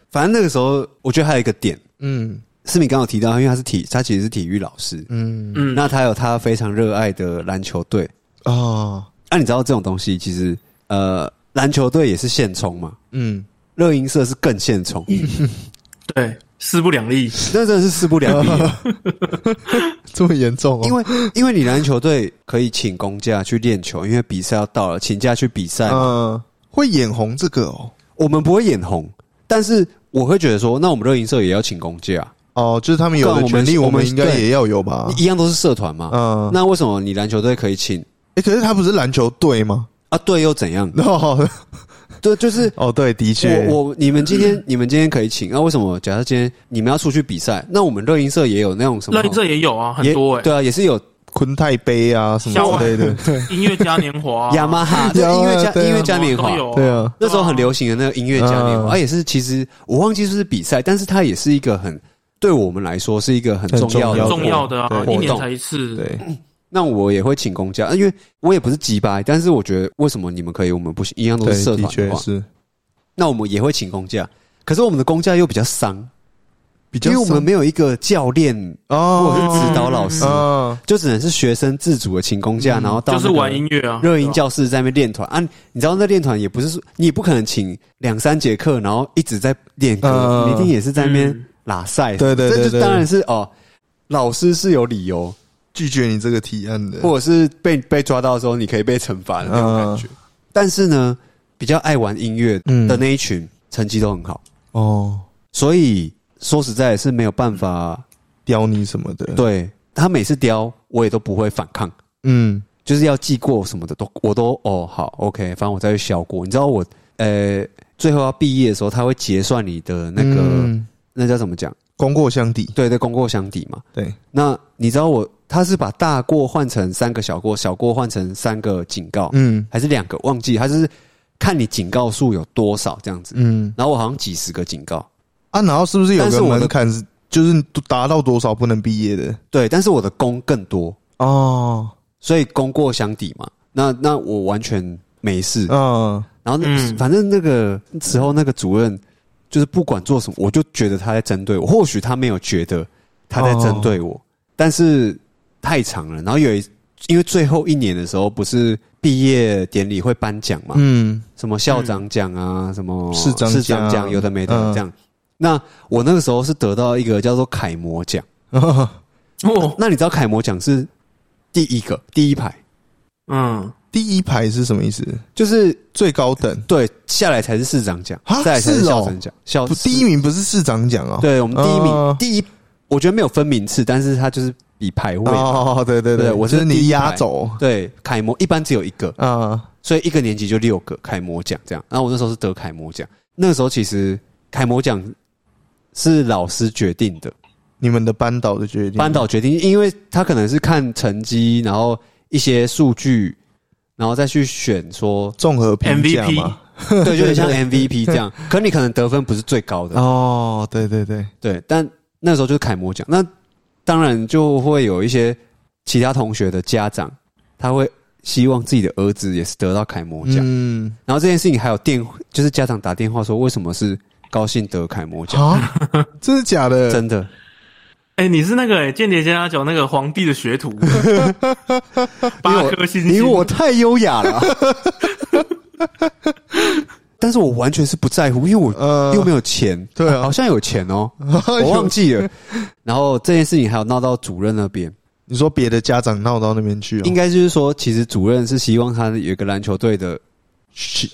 Speaker 2: 反正那个时候，我觉得还有一个点，
Speaker 1: 嗯
Speaker 2: 思敏刚好提到，因为他是体，他其实是体育老师，
Speaker 1: 嗯
Speaker 3: 嗯，
Speaker 2: 那他有他非常热爱的篮球队。
Speaker 1: 啊，
Speaker 2: 那、你知道这种东西，其实呃，篮球队也是现充嘛，
Speaker 1: 嗯，
Speaker 2: 热音社是更现充，
Speaker 3: 对，势不两立，
Speaker 2: 那真的是势不 两立啊。
Speaker 1: 这么严重哦？
Speaker 2: 因为因为你篮球队可以请公假去练球，因为比赛要到了，请假去比赛。
Speaker 1: 嗯，会眼红这个哦，
Speaker 2: 我们不会眼红，但是我会觉得说，那我们热音社也要请公假，
Speaker 1: 哦，就是他们有的权利，
Speaker 2: 干我
Speaker 1: 我
Speaker 2: 们
Speaker 1: 们应该也要有吧
Speaker 2: 你？一样都是社团嘛。
Speaker 1: 嗯，
Speaker 2: 那为什么你篮球队可以请
Speaker 1: 哎，可是他不是篮球队吗？？
Speaker 2: 啊？队又怎样
Speaker 1: 哦
Speaker 2: 对，就是
Speaker 1: 哦，对，的确，
Speaker 2: 我我你们 今天你们今天可以请，那、为什么？假设今天你们要出去比赛，那我们热音社也有那种什么
Speaker 3: 乐音社也有啊，很多哎、
Speaker 2: 对啊，也是有
Speaker 1: 昆泰杯啊什么之类的，对
Speaker 3: 音乐嘉年华、啊
Speaker 2: 雅 马哈对
Speaker 1: 雅
Speaker 2: 音
Speaker 1: 马哈
Speaker 2: 乐家
Speaker 1: 对啊
Speaker 2: 音乐嘉年华
Speaker 3: 都。有
Speaker 1: 对啊，
Speaker 2: 那时候很流行的那个音乐嘉年
Speaker 1: 嗯
Speaker 2: 华，啊，也是其实我忘记是不是比赛，但是它也是一个很对我们来说是一个很重要的
Speaker 1: 很
Speaker 2: 活
Speaker 3: 很重要的啊，
Speaker 1: 对
Speaker 3: 一
Speaker 2: 活
Speaker 3: 年
Speaker 2: 动。
Speaker 3: 才一次。
Speaker 1: 对，
Speaker 2: 那我也会请公假，啊因为我也不是急白，但是我觉得为什么你们可以，我们不行？一样都是
Speaker 1: 对，
Speaker 2: 社
Speaker 1: 的
Speaker 2: 团的
Speaker 1: 确
Speaker 2: 话，
Speaker 1: 是
Speaker 2: 那我们也会请公假，可是我们的公假又比较伤，
Speaker 1: 比较
Speaker 2: 因为我们
Speaker 1: 少
Speaker 2: 没有一个教练或者
Speaker 1: 哦，
Speaker 2: 是指导老师，
Speaker 1: 啊，
Speaker 2: 就只能是学生自主的请公假，
Speaker 1: 嗯
Speaker 2: 然后到
Speaker 3: 就是玩音乐啊，
Speaker 2: 热音教室在那边练团啊。你知道那练团也不是说你也不可能请两三节课，然后一直在练歌，
Speaker 1: 嗯
Speaker 2: 你一定也是在那边
Speaker 3: 嗯
Speaker 2: 拉赛。
Speaker 1: 对对对
Speaker 2: 这就
Speaker 1: 对
Speaker 2: 当然是哦，老师是有理由，
Speaker 1: 拒绝你这个提案的，
Speaker 2: 或者是被被抓到的时候，你可以被惩罚的那种
Speaker 3: 嗯
Speaker 2: 感觉。但是呢，比较爱玩音乐
Speaker 1: 嗯
Speaker 2: 的那一群成绩都很好，
Speaker 1: 哦，
Speaker 2: 所以说实在是没有办法。
Speaker 1: 刁你什么的，，
Speaker 2: 对他每次雕，我也都不会反抗，
Speaker 1: 嗯，
Speaker 2: 就是要记过什么的都我都哦好 OK，反正我再去消过。你知道我呃最后要毕业的时候，他会结算你的那个、
Speaker 1: 嗯
Speaker 2: 那叫怎么讲？
Speaker 1: 功过相抵，
Speaker 2: 对对，功过相抵嘛。
Speaker 1: 对，
Speaker 2: 那你知道我他是把大过换成三个小过，小过换成三个警告，
Speaker 1: 嗯
Speaker 2: 还是两个？忘记，他就是看你警告数有多少这样子。
Speaker 1: 嗯
Speaker 2: 然后我好像几十个警告，
Speaker 1: 啊，然后是不是有
Speaker 2: 但是
Speaker 1: 个
Speaker 2: 我的
Speaker 1: 门槛是就是达到多少不能毕业的？
Speaker 2: 对，但是我的功更多，
Speaker 1: 哦，
Speaker 2: 所以功过相抵嘛。那那我完全没事，
Speaker 1: 嗯，
Speaker 2: 然后那、
Speaker 3: 嗯
Speaker 2: 反正那个时候那个主任就是不管做什么，我就觉得他在针对我。或许他没有觉得他在针对
Speaker 1: 哦
Speaker 2: 我，但是太长了。然后有一因为最后一年的时候，不是毕业典礼会颁奖嘛，
Speaker 1: 嗯，
Speaker 2: 什么校长奖啊，什么
Speaker 1: 市长奖
Speaker 2: 市长奖，有的没的
Speaker 1: 嗯
Speaker 2: 这样。那我那个时候是得到一个叫做楷模奖。
Speaker 1: 嗯
Speaker 3: 哦，
Speaker 2: 那你知道楷模奖是第一个第一排，
Speaker 3: 嗯，
Speaker 1: 第一排是什么意思？
Speaker 2: 就是
Speaker 1: 最高等，
Speaker 2: 对下来才是市长奖
Speaker 1: 啊，
Speaker 2: 再来才
Speaker 1: 是哦
Speaker 2: 校长奖，校
Speaker 1: 不，第一名不是市长奖哦，
Speaker 2: 对我们第一名，
Speaker 1: 哦
Speaker 2: 第一我觉得没有分名次，但是它就是比排位，
Speaker 1: 哦，对对
Speaker 2: 对我
Speaker 1: 就是是
Speaker 2: 第
Speaker 1: 你
Speaker 2: 一排
Speaker 1: 压轴
Speaker 2: 对，楷模一般只有一个，
Speaker 1: 啊，
Speaker 2: 所以一个年级就六个楷模奖这样。然后我那时候是得楷模奖，那个时候其实楷模奖是老师决定的，
Speaker 1: 你们的班导的决定，，
Speaker 2: 班导决定，因为他可能是看成绩，然后一些数据，然后再去选说
Speaker 1: 综合评价
Speaker 3: MVP
Speaker 1: 嘛，
Speaker 2: 对，就有点像 MVP 这样。可你可能得分不是最高的，
Speaker 1: 哦，对对对，
Speaker 2: 对，但那时候就是楷模奖。那当然就会有一些其他同学的家长，他会希望自己的儿子也是得到楷模奖。
Speaker 1: 嗯，
Speaker 2: 然后这件事情还有电，就是家长打电话说为什么是高兴得楷模奖？
Speaker 1: 啊，真的假的？
Speaker 2: 真 的，
Speaker 3: 哎、你是那个、欸《间谍加加酒》那个皇帝的 学徒，八颗星星，
Speaker 2: 因为我太优雅 了。啊但是我完全是不在乎，因为我
Speaker 1: 呃
Speaker 2: 又没有钱，
Speaker 1: 对啊
Speaker 2: 好像有钱哦，我忘记了。然后这件事情还有闹到主任那边，
Speaker 1: 你说别的家长闹到那边去哦，
Speaker 2: 应该就是说，其实主任是希望他有一个篮球队的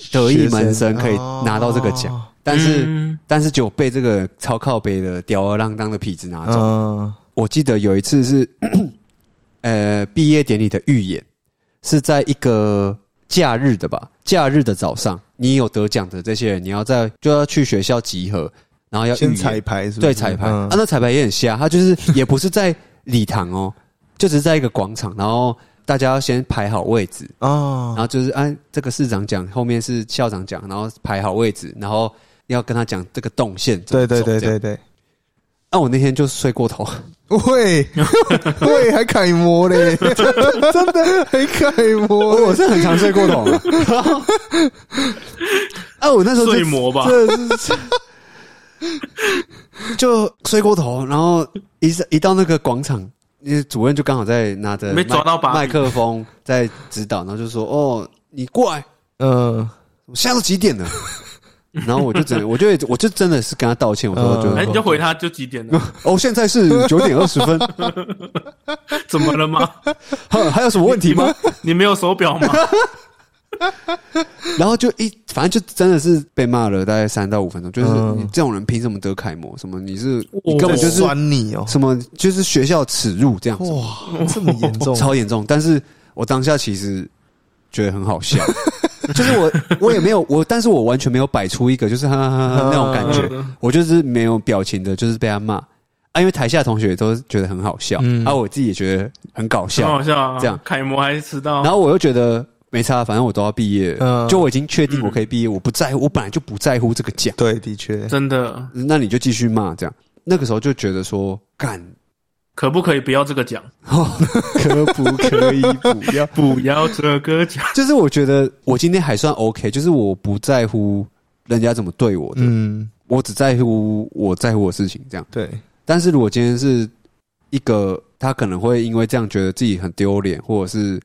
Speaker 2: 得意门生可以拿到这个奖，但是、
Speaker 3: 嗯
Speaker 2: 但是就被这个超靠背的吊儿郎当的痞子拿走。
Speaker 1: 嗯，
Speaker 2: 我记得有一次是， 呃，毕业典礼的预演是在一个假日的吧，假日的早上，你有得奖的这些人，你要在就要去学校集合，然后要预
Speaker 1: 先
Speaker 2: 演
Speaker 1: 彩排是不是？
Speaker 2: 对彩排、
Speaker 1: 嗯
Speaker 2: 啊，那彩排也很瞎，他就是 也不是在礼堂哦，就只是在一个广场，然后大家要先排好位置，然
Speaker 1: 啊，
Speaker 2: 后就是按、这个市长讲，后面是校长讲，然后排好位置，然后要跟他讲这个动线怎么
Speaker 1: 对
Speaker 2: 走。
Speaker 1: 对对
Speaker 2: 这样。
Speaker 1: 对对，
Speaker 2: 那、我那天就睡过头，
Speaker 1: 喂喂，还楷模嘞，真的还楷模嘞，
Speaker 2: 我是很常睡过头的。 然后啊，我那时候就
Speaker 3: 睡魔吧
Speaker 2: 真的是 就睡过头，然后一一到那个广场，因为主任就刚好在拿着麦
Speaker 3: 没抓到把柄
Speaker 2: 麦克风在指导，然后就说：“哦，你过来，
Speaker 1: 嗯，
Speaker 2: 我现在都几点了？” 然后我就真的，我就我就真的是跟他道歉，我说：“
Speaker 1: 嗯
Speaker 2: 就
Speaker 3: 哎、你就回他就几点了？
Speaker 2: 哦，现在是九点二十分，
Speaker 3: 怎么了吗？
Speaker 2: 还还有什么问 题吗？”
Speaker 3: 你没有手表 吗？
Speaker 2: 然后就一，反正就真的是被骂了大概三到五分钟，就是
Speaker 1: 嗯
Speaker 2: 你这种人凭什么得楷模？什么你是
Speaker 3: 我
Speaker 2: 你根本就是
Speaker 1: 酸你哦，
Speaker 2: 什么就是学校耻辱这样子，哦
Speaker 1: 哇，这么严 重，
Speaker 2: 超严重。但是我当下其实觉得很好 笑，就是我我也没有我，但是我完全没有摆出一个就是哈哈哈哈那种感觉，
Speaker 3: 嗯
Speaker 2: 我就是没有表情的，就是被他骂啊，因为台下同学都觉得很好笑，
Speaker 1: 嗯
Speaker 2: 啊，我自己也觉得很搞
Speaker 3: 很
Speaker 2: 笑
Speaker 3: 好，笑啊！
Speaker 2: 这样
Speaker 3: 楷模还迟到，
Speaker 2: 然后我又觉得。没差，反正我都要毕业了，
Speaker 1: 嗯
Speaker 2: 就我已经确定我可以毕业，我不在乎，我本来就不在乎这个奖。
Speaker 1: 对，的确，
Speaker 3: 真的
Speaker 2: 那你就继续骂这样。那个时候就觉得说，干，哦
Speaker 3: 可不可以不要这个奖？
Speaker 2: 可不可以不要？
Speaker 3: 不要这个奖，
Speaker 2: 就是我觉得我今天还算 OK，就是我不在乎人家怎么对我的，
Speaker 1: 嗯，
Speaker 2: 我只在乎我在乎我事情这样。
Speaker 1: 对，
Speaker 2: 但是如果今天是一个他可能会因为这样觉得自己很丢脸，或者是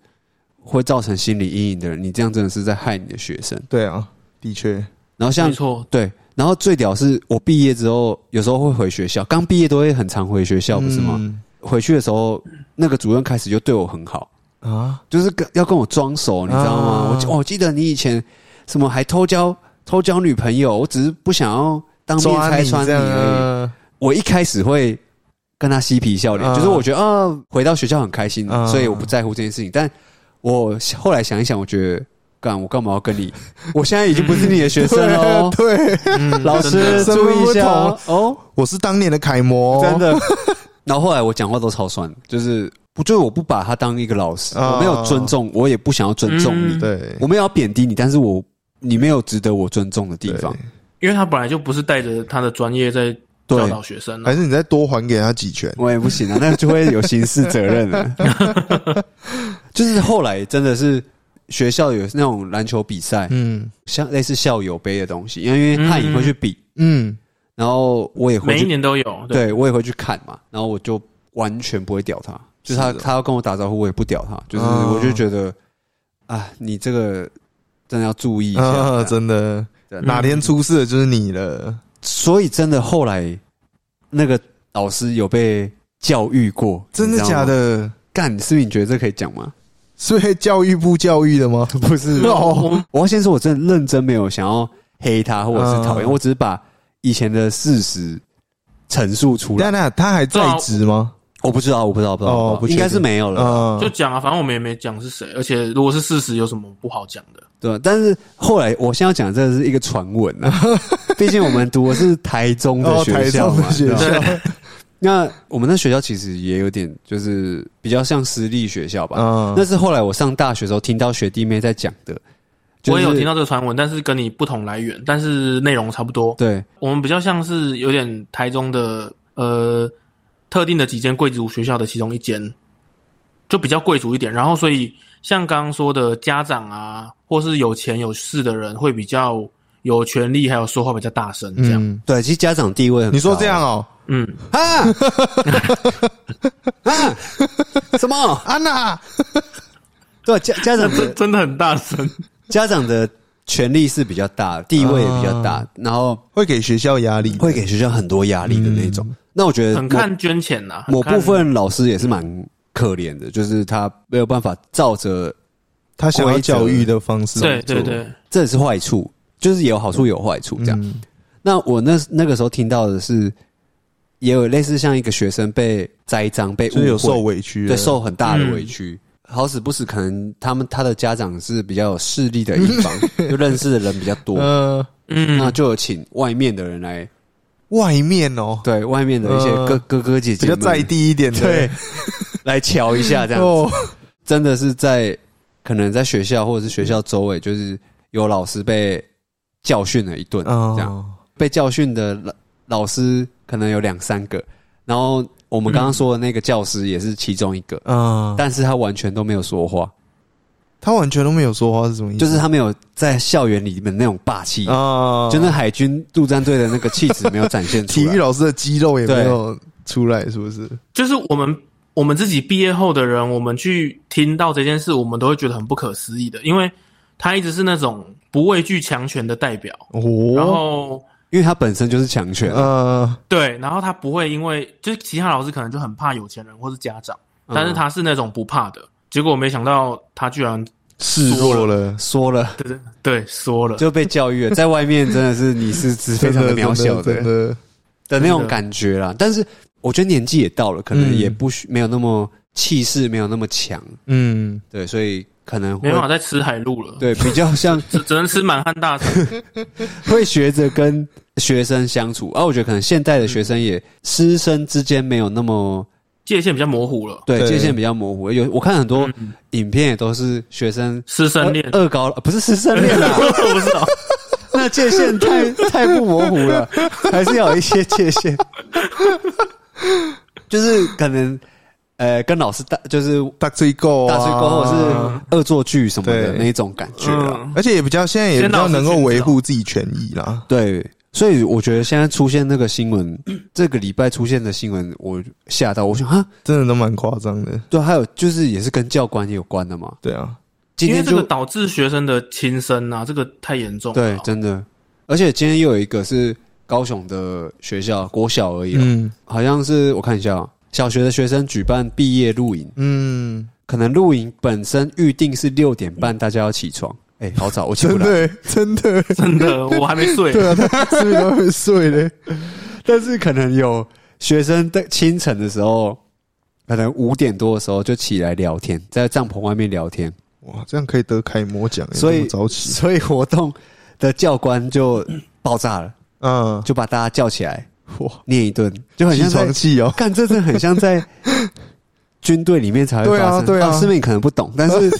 Speaker 2: 会造成心理阴影的人，你这样真的是在害你的学生。
Speaker 1: 对啊，的确，
Speaker 2: 然后像
Speaker 3: 没错，
Speaker 2: 对，然后最屌是我毕业之后，有时候会回学校，刚毕业都会很常回学校，不是吗？
Speaker 1: 嗯
Speaker 2: 回去的时候，那个主任开始就对我很好，
Speaker 1: 啊，
Speaker 2: 就是跟要跟我装熟，你知道吗？
Speaker 1: 啊
Speaker 2: 我记哦我记得你以前什么还偷交偷交女朋友，我只是不想要当面
Speaker 1: 抓
Speaker 2: 拆
Speaker 1: 你
Speaker 2: 穿你
Speaker 1: 这样
Speaker 2: 而已。
Speaker 1: 啊，
Speaker 2: 我一开始会跟他嬉皮笑脸，
Speaker 1: 啊
Speaker 2: 就是我觉得啊，回到学校很开心，
Speaker 1: 啊。
Speaker 2: 所以我不在乎这件事情。但我后来想一想，我觉得。干，我干嘛要跟你？我现在已经不是你的学生了哦
Speaker 1: 对，啊
Speaker 3: 嗯
Speaker 2: 老
Speaker 3: 真的
Speaker 2: 师注意一下哦哦。
Speaker 1: 我是当年的楷模，哦
Speaker 2: 真， 的。然后后来我讲话都超酸，就是不就是我不把他当一个老师，
Speaker 1: 啊
Speaker 2: 我没有尊重，我也不想要尊重你，
Speaker 3: 嗯
Speaker 1: 对，
Speaker 2: 我没有要贬低你，但是我你没有值得我尊重的地方。
Speaker 3: 因为他本来就不是带着他的专业在
Speaker 2: 对
Speaker 3: 教导学生、啊
Speaker 1: 还，是你再多还给他几拳，
Speaker 2: 我也不行啊， 那就会有刑事责任了。 就是后来真的是学校有那种篮球比赛，
Speaker 1: 嗯
Speaker 2: 像类似校友杯的东西，因为因为汉影会去比，
Speaker 1: 嗯，
Speaker 2: 然后我也会
Speaker 3: 每一
Speaker 2: 去
Speaker 3: 年都有，对，
Speaker 2: 对我也会去看嘛，然后我就完全不会屌他，就是他
Speaker 1: 是哦
Speaker 2: 他要跟我打招呼，我也不屌他，就是
Speaker 1: 哦
Speaker 2: 我就觉得啊，你这个真的要注意一下，
Speaker 1: 啊，
Speaker 2: 这样
Speaker 1: 真的，
Speaker 2: 对
Speaker 3: 嗯
Speaker 1: 哪天出事的就是你了，
Speaker 2: 所以真的后来那个老师有被教育过，
Speaker 1: 真的
Speaker 2: 你知道
Speaker 1: 假
Speaker 2: 吗？
Speaker 1: 的？
Speaker 2: 干，是不是你觉得这可以讲吗？
Speaker 1: 是被教育部教育的 吗？
Speaker 2: 不是，
Speaker 1: 哦
Speaker 2: 我要先说，我真的认真没有想要黑他或者是讨厌，
Speaker 1: 嗯
Speaker 2: 我只是把以前的事实陈述出来。
Speaker 1: 娜娜他还在职吗？
Speaker 2: 我不知道，我不知道，不知道，
Speaker 1: 哦
Speaker 2: 我不
Speaker 1: 不确
Speaker 2: 知道应
Speaker 1: 定
Speaker 2: 该是没有了。
Speaker 1: 嗯
Speaker 3: 就，讲啊，反正我们也没讲是谁，而且如果是事实，有什么不好讲的？
Speaker 2: 对，但是后来我现在要讲这是一个传闻啊， 毕竟我们读的是台中的
Speaker 1: 哦
Speaker 2: 学
Speaker 1: 台
Speaker 2: 校
Speaker 1: 中
Speaker 2: 嘛，
Speaker 1: 的学
Speaker 2: 对吧
Speaker 1: 校
Speaker 2: 那我们那学校其实也有点就是比较像私立学校吧。
Speaker 1: 嗯
Speaker 2: 那是后来我上大学的时候听到学弟妹在讲的，就是、
Speaker 3: 我也有听到这个传闻，但是跟你不同来源，但是内容差不多。
Speaker 2: 对
Speaker 3: 我们比较像是有点台中的呃特定的几间贵族学校的其中一间，就比较贵族一点。然后所以像刚刚说的家长啊，或是有钱有势的人会比较有权利，还有说话比较大声这样。
Speaker 1: 嗯，
Speaker 2: 对，其实家长地位很
Speaker 1: 你说
Speaker 2: 高
Speaker 1: 这样哦，
Speaker 3: 嗯，
Speaker 2: 啊啊什么？
Speaker 1: 安娜，
Speaker 2: 对啊家家长
Speaker 3: 这
Speaker 2: 的
Speaker 3: 真的很大声。
Speaker 2: 家长的权力是比较大，地位也比较
Speaker 1: 啊
Speaker 2: 大，然后
Speaker 1: 会给学校压力，
Speaker 2: 会给学校很多压力的那种。
Speaker 1: 嗯
Speaker 2: 那我觉得
Speaker 3: 很
Speaker 2: 某
Speaker 3: 看捐钱
Speaker 1: 啊
Speaker 3: 呐、很
Speaker 2: 某
Speaker 3: 看
Speaker 2: 部分老师也是蛮可怜的，就是他没有办法照着，
Speaker 1: 他想要
Speaker 2: 规则
Speaker 1: 教育的方式，
Speaker 3: 对对对，
Speaker 2: 这也是坏处，就是有好处有坏处这样。
Speaker 1: 嗯
Speaker 2: 那我那那个时候听到的是，也有类似像一个学生被栽赃、被误
Speaker 1: 就是有受
Speaker 2: 会，
Speaker 1: 委屈了，
Speaker 2: 对，受很大的委屈。好死不死，可能他们他的家长是比较有势力的一 方，就认识的人比较多，
Speaker 1: 呃，
Speaker 2: 那
Speaker 3: 嗯，
Speaker 2: 就有请外面的人来，
Speaker 1: 外面哦，
Speaker 2: 对外面的一些
Speaker 1: 嗯
Speaker 2: 哥哥哥姐
Speaker 1: 比
Speaker 2: 姐
Speaker 1: 较
Speaker 2: 们
Speaker 1: 在地一点的，
Speaker 2: 对，来瞧一下这样子。
Speaker 1: 哦，
Speaker 2: 真的是在可能在学校或者是学校周围，就是有老师被教训了一顿，这样
Speaker 1: 哦，
Speaker 2: 被教训的老老师可能有两三个，然后我们刚刚说的那个教师也是其中一个，
Speaker 1: 嗯，
Speaker 2: 但是他完全都没有说话，
Speaker 1: 他完全都没有说话是什么意思？
Speaker 2: 就是他没有在校园里面那种霸气，
Speaker 1: 啊，
Speaker 2: 就那海军陆战队的那个气质没有展现 出
Speaker 1: 体
Speaker 2: 来。
Speaker 1: 育老师的肌肉也没有出来，是不是？
Speaker 3: 就是我们我们自己毕业后的人，我们去听到这件事，我们都会觉得很不可思议的，因为他一直是那种不畏惧强权的代表，然
Speaker 1: 哦，
Speaker 3: 后
Speaker 2: 因为他本身就是强权，
Speaker 1: 呃，
Speaker 3: 对，然后他不会因为就是其他老师可能就很怕有钱人或是家长，
Speaker 2: 嗯
Speaker 3: 但是他是那种不怕的。结果没想到他居然
Speaker 1: 示弱了，
Speaker 2: 说了
Speaker 3: 对对对说了，
Speaker 2: 就被教育了，在外面真的是你是是非常的
Speaker 1: 真
Speaker 2: 渺小
Speaker 1: 真的。真
Speaker 2: 的
Speaker 1: 的
Speaker 2: 的那种感觉啦。但是我觉得年纪也到了，可能
Speaker 1: 嗯
Speaker 2: 也不需没有那么气势，没有那么强，
Speaker 1: 嗯，
Speaker 2: 对，所以可能
Speaker 3: 没
Speaker 2: 会
Speaker 3: 办法再吃海陆了，
Speaker 2: 对比较像
Speaker 3: 只只能吃满汉大餐。
Speaker 2: 会学着跟学生相处。啊而、我觉得可能现代的学生也师生之间没有那么
Speaker 3: 界限比较模糊了，
Speaker 2: 对
Speaker 1: 对
Speaker 2: 界限比较模糊。有我看很多影片也都是学生
Speaker 3: 师生恋，
Speaker 2: 恶搞，不是师生恋啦，
Speaker 3: 我不知道，
Speaker 2: 那界限太太不模糊了，还是要有一些界限。就是可能呃跟老师大就是
Speaker 1: 大吹够，
Speaker 2: 大吹过啊后是恶作剧什么的
Speaker 1: 对
Speaker 2: 那一种感觉啊啦。
Speaker 3: 嗯，
Speaker 1: 而且也比较现在也比较能够维护自己权益啦。
Speaker 2: 对，所以我觉得现在出现那个新 闻，这个礼拜出现的新闻，我吓到，我想啊，
Speaker 1: 真的都蛮夸张的，
Speaker 2: 对，啊还有就是也是跟教官有关的嘛。
Speaker 1: 对啊，
Speaker 2: 今
Speaker 3: 因为
Speaker 2: 天
Speaker 3: 这
Speaker 2: 就
Speaker 3: 个导致学生的轻生啊，这个太严重了
Speaker 2: 对，。真的，而且今天又有一个是高雄的学校国小而已哦、
Speaker 1: 嗯
Speaker 2: 好像是我看一下哦、小学的学生举办毕业露营，
Speaker 1: 嗯，
Speaker 2: 可能露营本身预定是六点半，大家要起床。哎、好早，我起不
Speaker 1: 真
Speaker 2: 来。
Speaker 1: 的真的，
Speaker 3: 真的，我还没睡。
Speaker 1: 对啊，他睡都会睡嘞，
Speaker 2: 但是可能有学生在清晨的时候，可能五点多的时候就起来聊天，在帐篷外面聊天，
Speaker 1: 哇，这样可以得楷模奖耶，
Speaker 2: 所以
Speaker 1: 这么早起，
Speaker 2: 所以活动的教官就爆炸了，
Speaker 1: 嗯，
Speaker 2: 就把大家叫起来
Speaker 1: 哇，
Speaker 2: 念一顿，就很
Speaker 1: 起
Speaker 2: 像在
Speaker 1: 床气哦，
Speaker 2: 干，这真的很像在军队里面才会
Speaker 1: 对啊
Speaker 2: 发生。哦
Speaker 1: 对啊
Speaker 2: 市民可能不懂，但 是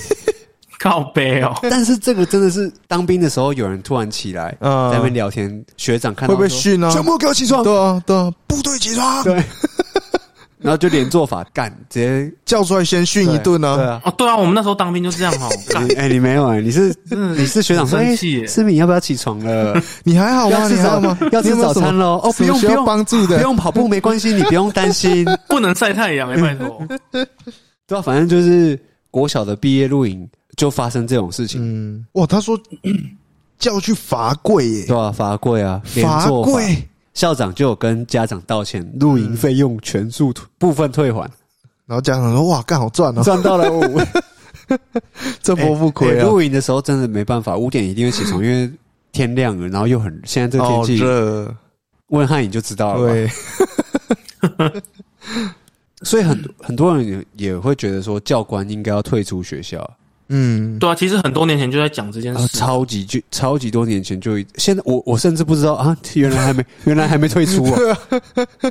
Speaker 3: 靠背哦，
Speaker 2: 但是这个真的是当兵的时候，有人突然起来
Speaker 1: 嗯
Speaker 2: 在那边聊天，学长看到
Speaker 1: 会被
Speaker 2: 说
Speaker 1: 训啊？
Speaker 2: 全部给我起床，
Speaker 1: 对啊，对啊，部队起 床，
Speaker 2: 对，然后就连做法干，直接
Speaker 1: 叫出来先训一顿
Speaker 2: 对
Speaker 1: 啊，
Speaker 2: 啊。
Speaker 3: 哦，对啊，我们那时候当兵就这样哦，干
Speaker 2: 你哎、你没有哎、你 是
Speaker 3: 嗯
Speaker 2: 你是学长说，
Speaker 3: 很
Speaker 2: 哎、
Speaker 3: 生气耶
Speaker 2: 思敏要不要起床了？
Speaker 1: 你还好
Speaker 2: 要
Speaker 1: 吗？
Speaker 2: 吃
Speaker 1: 你还好
Speaker 2: 早
Speaker 1: 吗？
Speaker 2: 要
Speaker 1: 你
Speaker 2: 吃
Speaker 1: 有没有
Speaker 2: 早餐
Speaker 1: 什么
Speaker 2: 喽？哦，
Speaker 1: 什
Speaker 2: 不
Speaker 1: 么
Speaker 2: 用
Speaker 1: 需
Speaker 2: 不
Speaker 1: 要
Speaker 2: 用，啊
Speaker 1: 帮助
Speaker 2: 不
Speaker 1: 的，
Speaker 2: 用跑步没关系，你不用 担心。
Speaker 3: 不能晒太阳哎，拜托。
Speaker 2: 对啊，反正就是国小的毕业露营就发生这种事情，
Speaker 1: 嗯，哇，他说叫去罚跪耶，
Speaker 2: 对啊，罚跪啊，连
Speaker 1: 罚
Speaker 2: 坐法。
Speaker 1: 跪，嗯
Speaker 2: 校长就有跟家长道歉，露营费用全数退部分退还，
Speaker 1: 然后家长说哇，干好赚哦，
Speaker 2: 赚到了五。
Speaker 1: 这波不亏
Speaker 2: 哎
Speaker 1: 啊，
Speaker 2: 露营的时候真的没办法，五点一定会起床，因为天亮了，然后又很现在这个天
Speaker 1: 好
Speaker 2: 气，
Speaker 1: 哦热，
Speaker 2: 问汉影就知道了吧。
Speaker 1: 对，
Speaker 2: 所以很很多人也也会觉得说，教官应该要退出学校。
Speaker 1: 嗯，
Speaker 3: 对啊，其实很多年前就在讲这件
Speaker 2: 啊，
Speaker 3: 事，
Speaker 2: 超级就超级多年前就已，现在我我甚至不知道啊，原来还没原来还没退出哦。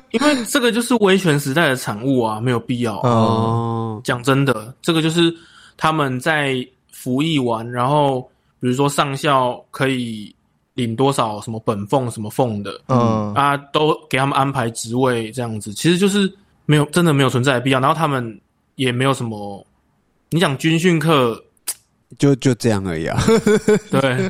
Speaker 3: 因为这个就是威权时代的产物啊，没有必要啊、
Speaker 1: 哦，
Speaker 2: 哦，
Speaker 3: 讲真的，这个就是他们在服役完，然后比如说上校可以领多少什么本俸什么俸的，
Speaker 1: 嗯
Speaker 3: 啊，都给他们安排职位这样子，其实就是没有真的没有存在的必要。然后他们也没有什么，你讲军训课，
Speaker 2: 就就这样而已啊。
Speaker 3: 对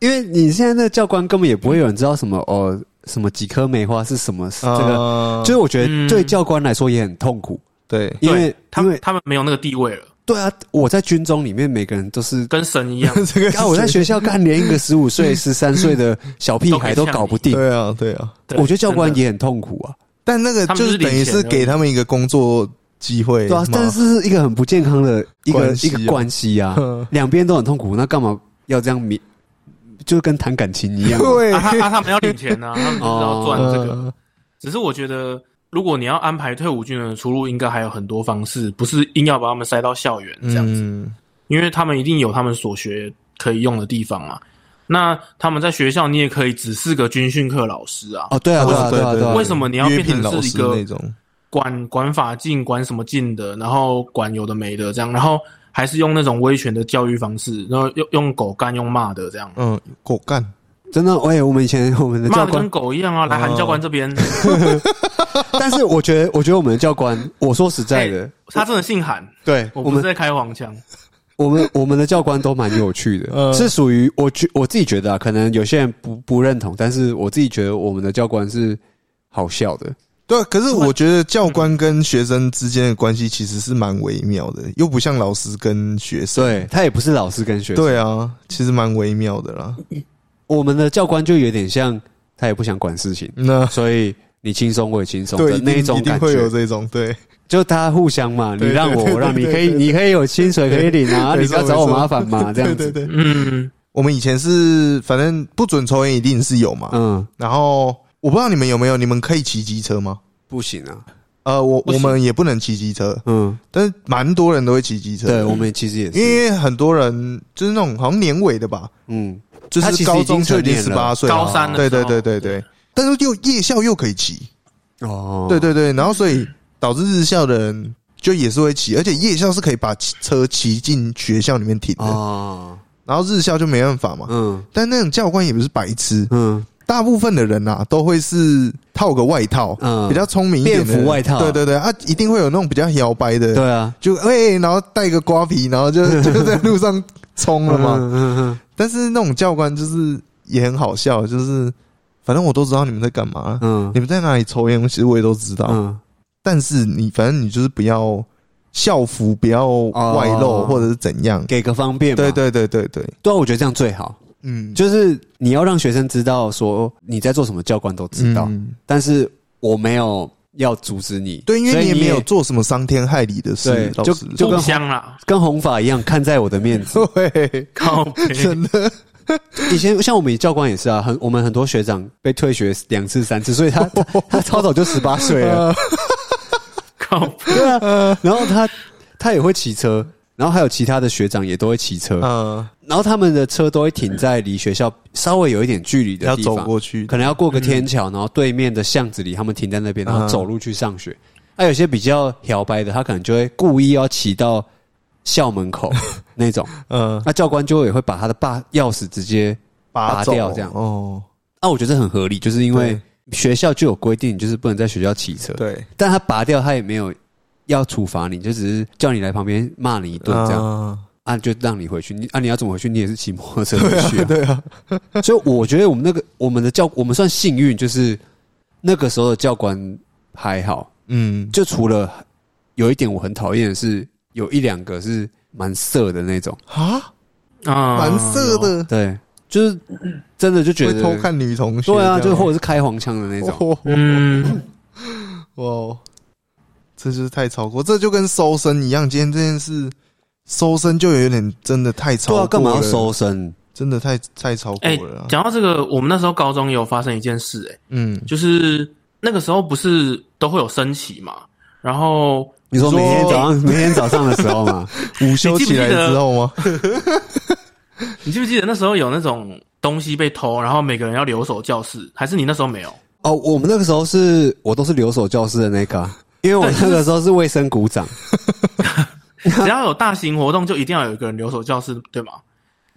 Speaker 2: 因为你现在那个教官根本也不会有人知道什么哦，什么几颗梅花是什么是这个，
Speaker 1: 啊
Speaker 2: 就是我觉得
Speaker 3: 嗯
Speaker 2: 对教官来说也很痛苦，
Speaker 1: 对，。
Speaker 2: 因为
Speaker 3: 对他
Speaker 2: 因
Speaker 3: 们
Speaker 2: 为
Speaker 3: 他们没有那个地位了，
Speaker 2: 对啊，我在军中里面每个人都 是。
Speaker 3: 跟神一样
Speaker 1: 这个
Speaker 2: 啊！我在学校干，连一个十五岁、十三岁的小屁孩都搞不定。
Speaker 1: 对啊，对啊，
Speaker 3: 对
Speaker 2: 我觉得教官
Speaker 3: 真的
Speaker 2: 也很痛苦啊，
Speaker 1: 但那个
Speaker 3: 他们
Speaker 1: 就
Speaker 3: 就是是
Speaker 1: 等于
Speaker 3: 领钱
Speaker 1: 是
Speaker 3: 而已
Speaker 1: 给他们一个工作机会
Speaker 2: 对
Speaker 1: 嘛，
Speaker 2: 啊，但是是一个很不健康的一个
Speaker 1: 关系
Speaker 2: 一
Speaker 1: 啊
Speaker 2: 个关系 啊
Speaker 1: 嗯，
Speaker 2: 两边都很痛苦，那干嘛要这样迷？就跟谈感情一样啊，
Speaker 1: 对
Speaker 3: 啊，他啊他们要领钱啊，他们就是
Speaker 2: 哦
Speaker 3: 要赚这
Speaker 2: 呃
Speaker 3: 个。
Speaker 1: 嗯
Speaker 3: 只是我觉得，如果你要安排退伍军人的出路，应该还有很多方式，不是硬要把他们塞到校园这样子，
Speaker 1: 嗯
Speaker 3: 因为他们一定有他们所学可以用的地方嘛。那他们在学校，你也可以只是个军训课老师啊，
Speaker 2: 哦，对啊，对啊，
Speaker 1: 对
Speaker 2: 对啊，对啊，
Speaker 3: 为什么你要
Speaker 1: 约
Speaker 3: 变成
Speaker 1: 聘老
Speaker 3: 是一
Speaker 1: 师
Speaker 3: 个
Speaker 1: 那种？
Speaker 3: 管管法禁、管什么禁的，然后管有的没的这样，然后还是用那种威权的教育方式，然后用用狗干、用骂的这样，
Speaker 1: 嗯，狗干，
Speaker 2: 真的？哎喂，我们以前我们的
Speaker 3: 骂
Speaker 2: 教
Speaker 3: 的
Speaker 2: 官
Speaker 3: 跟，狗一样啊，来喊教官这边，
Speaker 2: 但是我觉得，我觉得我们的教官，我说实在的，
Speaker 3: 他真的姓喊，
Speaker 2: 对
Speaker 3: 我
Speaker 2: 我
Speaker 3: 不是
Speaker 2: 们
Speaker 3: 在开黄腔。
Speaker 2: 我们 我们的教官都蛮有趣
Speaker 1: 嗯
Speaker 2: 的，是属于我觉我自己觉得啊，可能有些人不不认同，但是我自己觉得我们的教官是好笑的，
Speaker 1: 对啊，可是我觉得教
Speaker 2: 嗯
Speaker 1: 官跟学生之间的关系其实是蛮微妙的，又不像老师跟学生。
Speaker 2: 对他也不是老师跟学生，
Speaker 1: 对啊，其实蛮微妙的啦。
Speaker 2: 我们的教官就有点像他也不想管事情，
Speaker 1: 那
Speaker 2: 所以你轻松我也轻松
Speaker 1: 对
Speaker 2: 的
Speaker 1: 一
Speaker 2: 那
Speaker 1: 定
Speaker 2: 一种
Speaker 1: 一定
Speaker 2: 感
Speaker 1: 会有
Speaker 2: 觉，
Speaker 1: 这种对，
Speaker 2: 就他互相嘛，你
Speaker 1: 对
Speaker 2: 让我，
Speaker 1: 对
Speaker 2: 我让你，
Speaker 1: 对
Speaker 2: 可以
Speaker 1: 对
Speaker 2: 你可以有薪水可以领啊，
Speaker 1: 对
Speaker 2: 你不要
Speaker 1: 没错
Speaker 2: 找我
Speaker 1: 没错
Speaker 2: 麻烦嘛，这样
Speaker 1: 对
Speaker 2: 子
Speaker 1: 对，对。
Speaker 3: 嗯，
Speaker 1: 我们以前是反正不准抽烟一定是有嘛，
Speaker 2: 嗯，
Speaker 1: 然后我不知道你们有没有，你们可以骑机车吗？
Speaker 2: 不行啊，
Speaker 1: 呃，我
Speaker 3: 不
Speaker 1: 我
Speaker 3: 行
Speaker 1: 们也不能骑机车，
Speaker 2: 嗯，
Speaker 1: 但是蛮多人都会骑机车
Speaker 2: 对
Speaker 1: 的，
Speaker 2: 我们其实也
Speaker 1: 因
Speaker 2: 是，
Speaker 1: 为很多人就是那种好像年尾的吧，
Speaker 2: 嗯，
Speaker 1: 就
Speaker 2: 他其
Speaker 1: 是
Speaker 2: 实
Speaker 1: 高
Speaker 2: 已经
Speaker 1: 中就已经
Speaker 2: 成
Speaker 1: 十
Speaker 2: 年了
Speaker 1: 八岁了，
Speaker 3: 高三的
Speaker 1: 对
Speaker 3: 时候
Speaker 1: 对对对对，但是又夜校又可以骑，
Speaker 2: 哦，
Speaker 1: 对对对，然后所以导致日校的人就也是会骑，而且夜校是可以把骑车骑进学校里面停的，
Speaker 2: 哦，
Speaker 1: 然后日校就没办法嘛。
Speaker 2: 嗯
Speaker 1: 但那种教官也不是白痴，
Speaker 2: 嗯，
Speaker 1: 大部分的人啊都会是套个外套，
Speaker 2: 嗯
Speaker 1: 比较聪明一点的
Speaker 2: 便服外套
Speaker 1: 对对对啊，一定会有那种比较摇摆的，
Speaker 2: 对啊，
Speaker 1: 就哎、然后戴个瓜皮，然后就 就在路上冲了嘛。
Speaker 2: 嗯嗯嗯
Speaker 1: 但是那种教官就是也很好笑，就是反正我都知道你们在干嘛，
Speaker 2: 嗯
Speaker 1: 你们在哪里抽烟，其实我也都知道。
Speaker 2: 嗯
Speaker 1: 但是你反正你就是不要校服不要外露、
Speaker 2: 哦
Speaker 1: 或者是怎样。
Speaker 2: 给个方便嘛，
Speaker 1: 对对对对对，
Speaker 2: 对啊，我觉得这样最好，
Speaker 1: 嗯，
Speaker 2: 就是你要让学生知道说你在做什么，教官都知道，
Speaker 1: 嗯
Speaker 2: 但是我没有要阻止你，
Speaker 1: 对，因
Speaker 2: 所
Speaker 1: 为你
Speaker 2: 以
Speaker 1: 也
Speaker 2: 你
Speaker 1: 没有做什么伤天害理的事
Speaker 2: 对，
Speaker 1: 老
Speaker 2: 就
Speaker 1: 师。
Speaker 2: 就
Speaker 3: 互
Speaker 2: 跟
Speaker 3: 相啦，
Speaker 2: 跟红法一样看在我的面子。
Speaker 1: 对，
Speaker 3: 靠北，
Speaker 1: 真的，
Speaker 2: 以前像我们教官也是啊，很我们很多学长被退学两次三次，所以他他他超早就十八岁了，
Speaker 3: 靠 北，
Speaker 2: 对啊，然后他他也会骑车，然后还有其他的学长也都会骑车，
Speaker 1: 嗯，
Speaker 2: 然后他们的车都会停在离学校稍微有一点距离的
Speaker 1: 要
Speaker 2: 地
Speaker 1: 走
Speaker 2: 方，
Speaker 1: 过去
Speaker 2: 可，能要过个天桥，然后对面的巷子里，他们停在那边，然后
Speaker 1: 嗯
Speaker 2: 走路去上学。啊那、有些比较摇摆的，他可能就会故意要骑到校 门口那种，
Speaker 1: 嗯，
Speaker 2: 那教官就也会把他的把钥匙直接。拔
Speaker 1: 走
Speaker 2: 掉这样
Speaker 1: 哦，
Speaker 2: 啊，我觉得很合理，就是因为学校就有规定，你就是不能在学校骑车。
Speaker 1: 对，
Speaker 2: 但他拔掉，他也没有要处罚你，就只是叫你来旁边骂你一顿这样、
Speaker 1: 样，
Speaker 2: 啊，就让你回去。你啊，你要怎么回去？你也是骑摩托车回去、啊。
Speaker 1: 对啊，
Speaker 2: 所以我觉得我们那个我们的教我们算幸运，就是那个时候的教官还好，
Speaker 1: 嗯，
Speaker 2: 就除了有一点我很讨厌的是，有一两个是蛮色的那种，
Speaker 1: 啊，
Speaker 3: 啊，
Speaker 1: 蛮色
Speaker 3: 有，
Speaker 1: 的，
Speaker 2: 对，就是真的就觉
Speaker 1: 会
Speaker 2: 得
Speaker 1: 偷看女同学，
Speaker 2: 对啊，
Speaker 1: 这
Speaker 2: 就
Speaker 1: 样
Speaker 2: 或者是开黄腔的那种，
Speaker 1: 哦
Speaker 3: 嗯，
Speaker 1: 哇哦，这就是太超过，这就跟搜身一样。今天这件事，搜身就有点真的太超过
Speaker 2: 对啊，
Speaker 1: 了。
Speaker 2: 干嘛要？搜身？
Speaker 1: 真的太太超过
Speaker 3: 哎
Speaker 1: 了啊啦。
Speaker 3: 讲到这个，我们那时候高中也有发生一件事、哎，
Speaker 1: 嗯，
Speaker 3: 就是那个时候不是都会有升旗嘛，然后
Speaker 2: 你说哦
Speaker 1: 你
Speaker 2: 每
Speaker 1: 说
Speaker 2: 天早上，每天早上的时候嘛，
Speaker 1: 午休起来之后吗？
Speaker 3: 你记不记得那时候有那种东西被偷，然后每个人要留守教室，还是你那时候没有？
Speaker 2: 哦，我们那个时候是我都是留守教室的那个啊，因为我那个时候是卫生股长，
Speaker 3: 只要有大型活动，就一定要有一个人留守教室，对吗？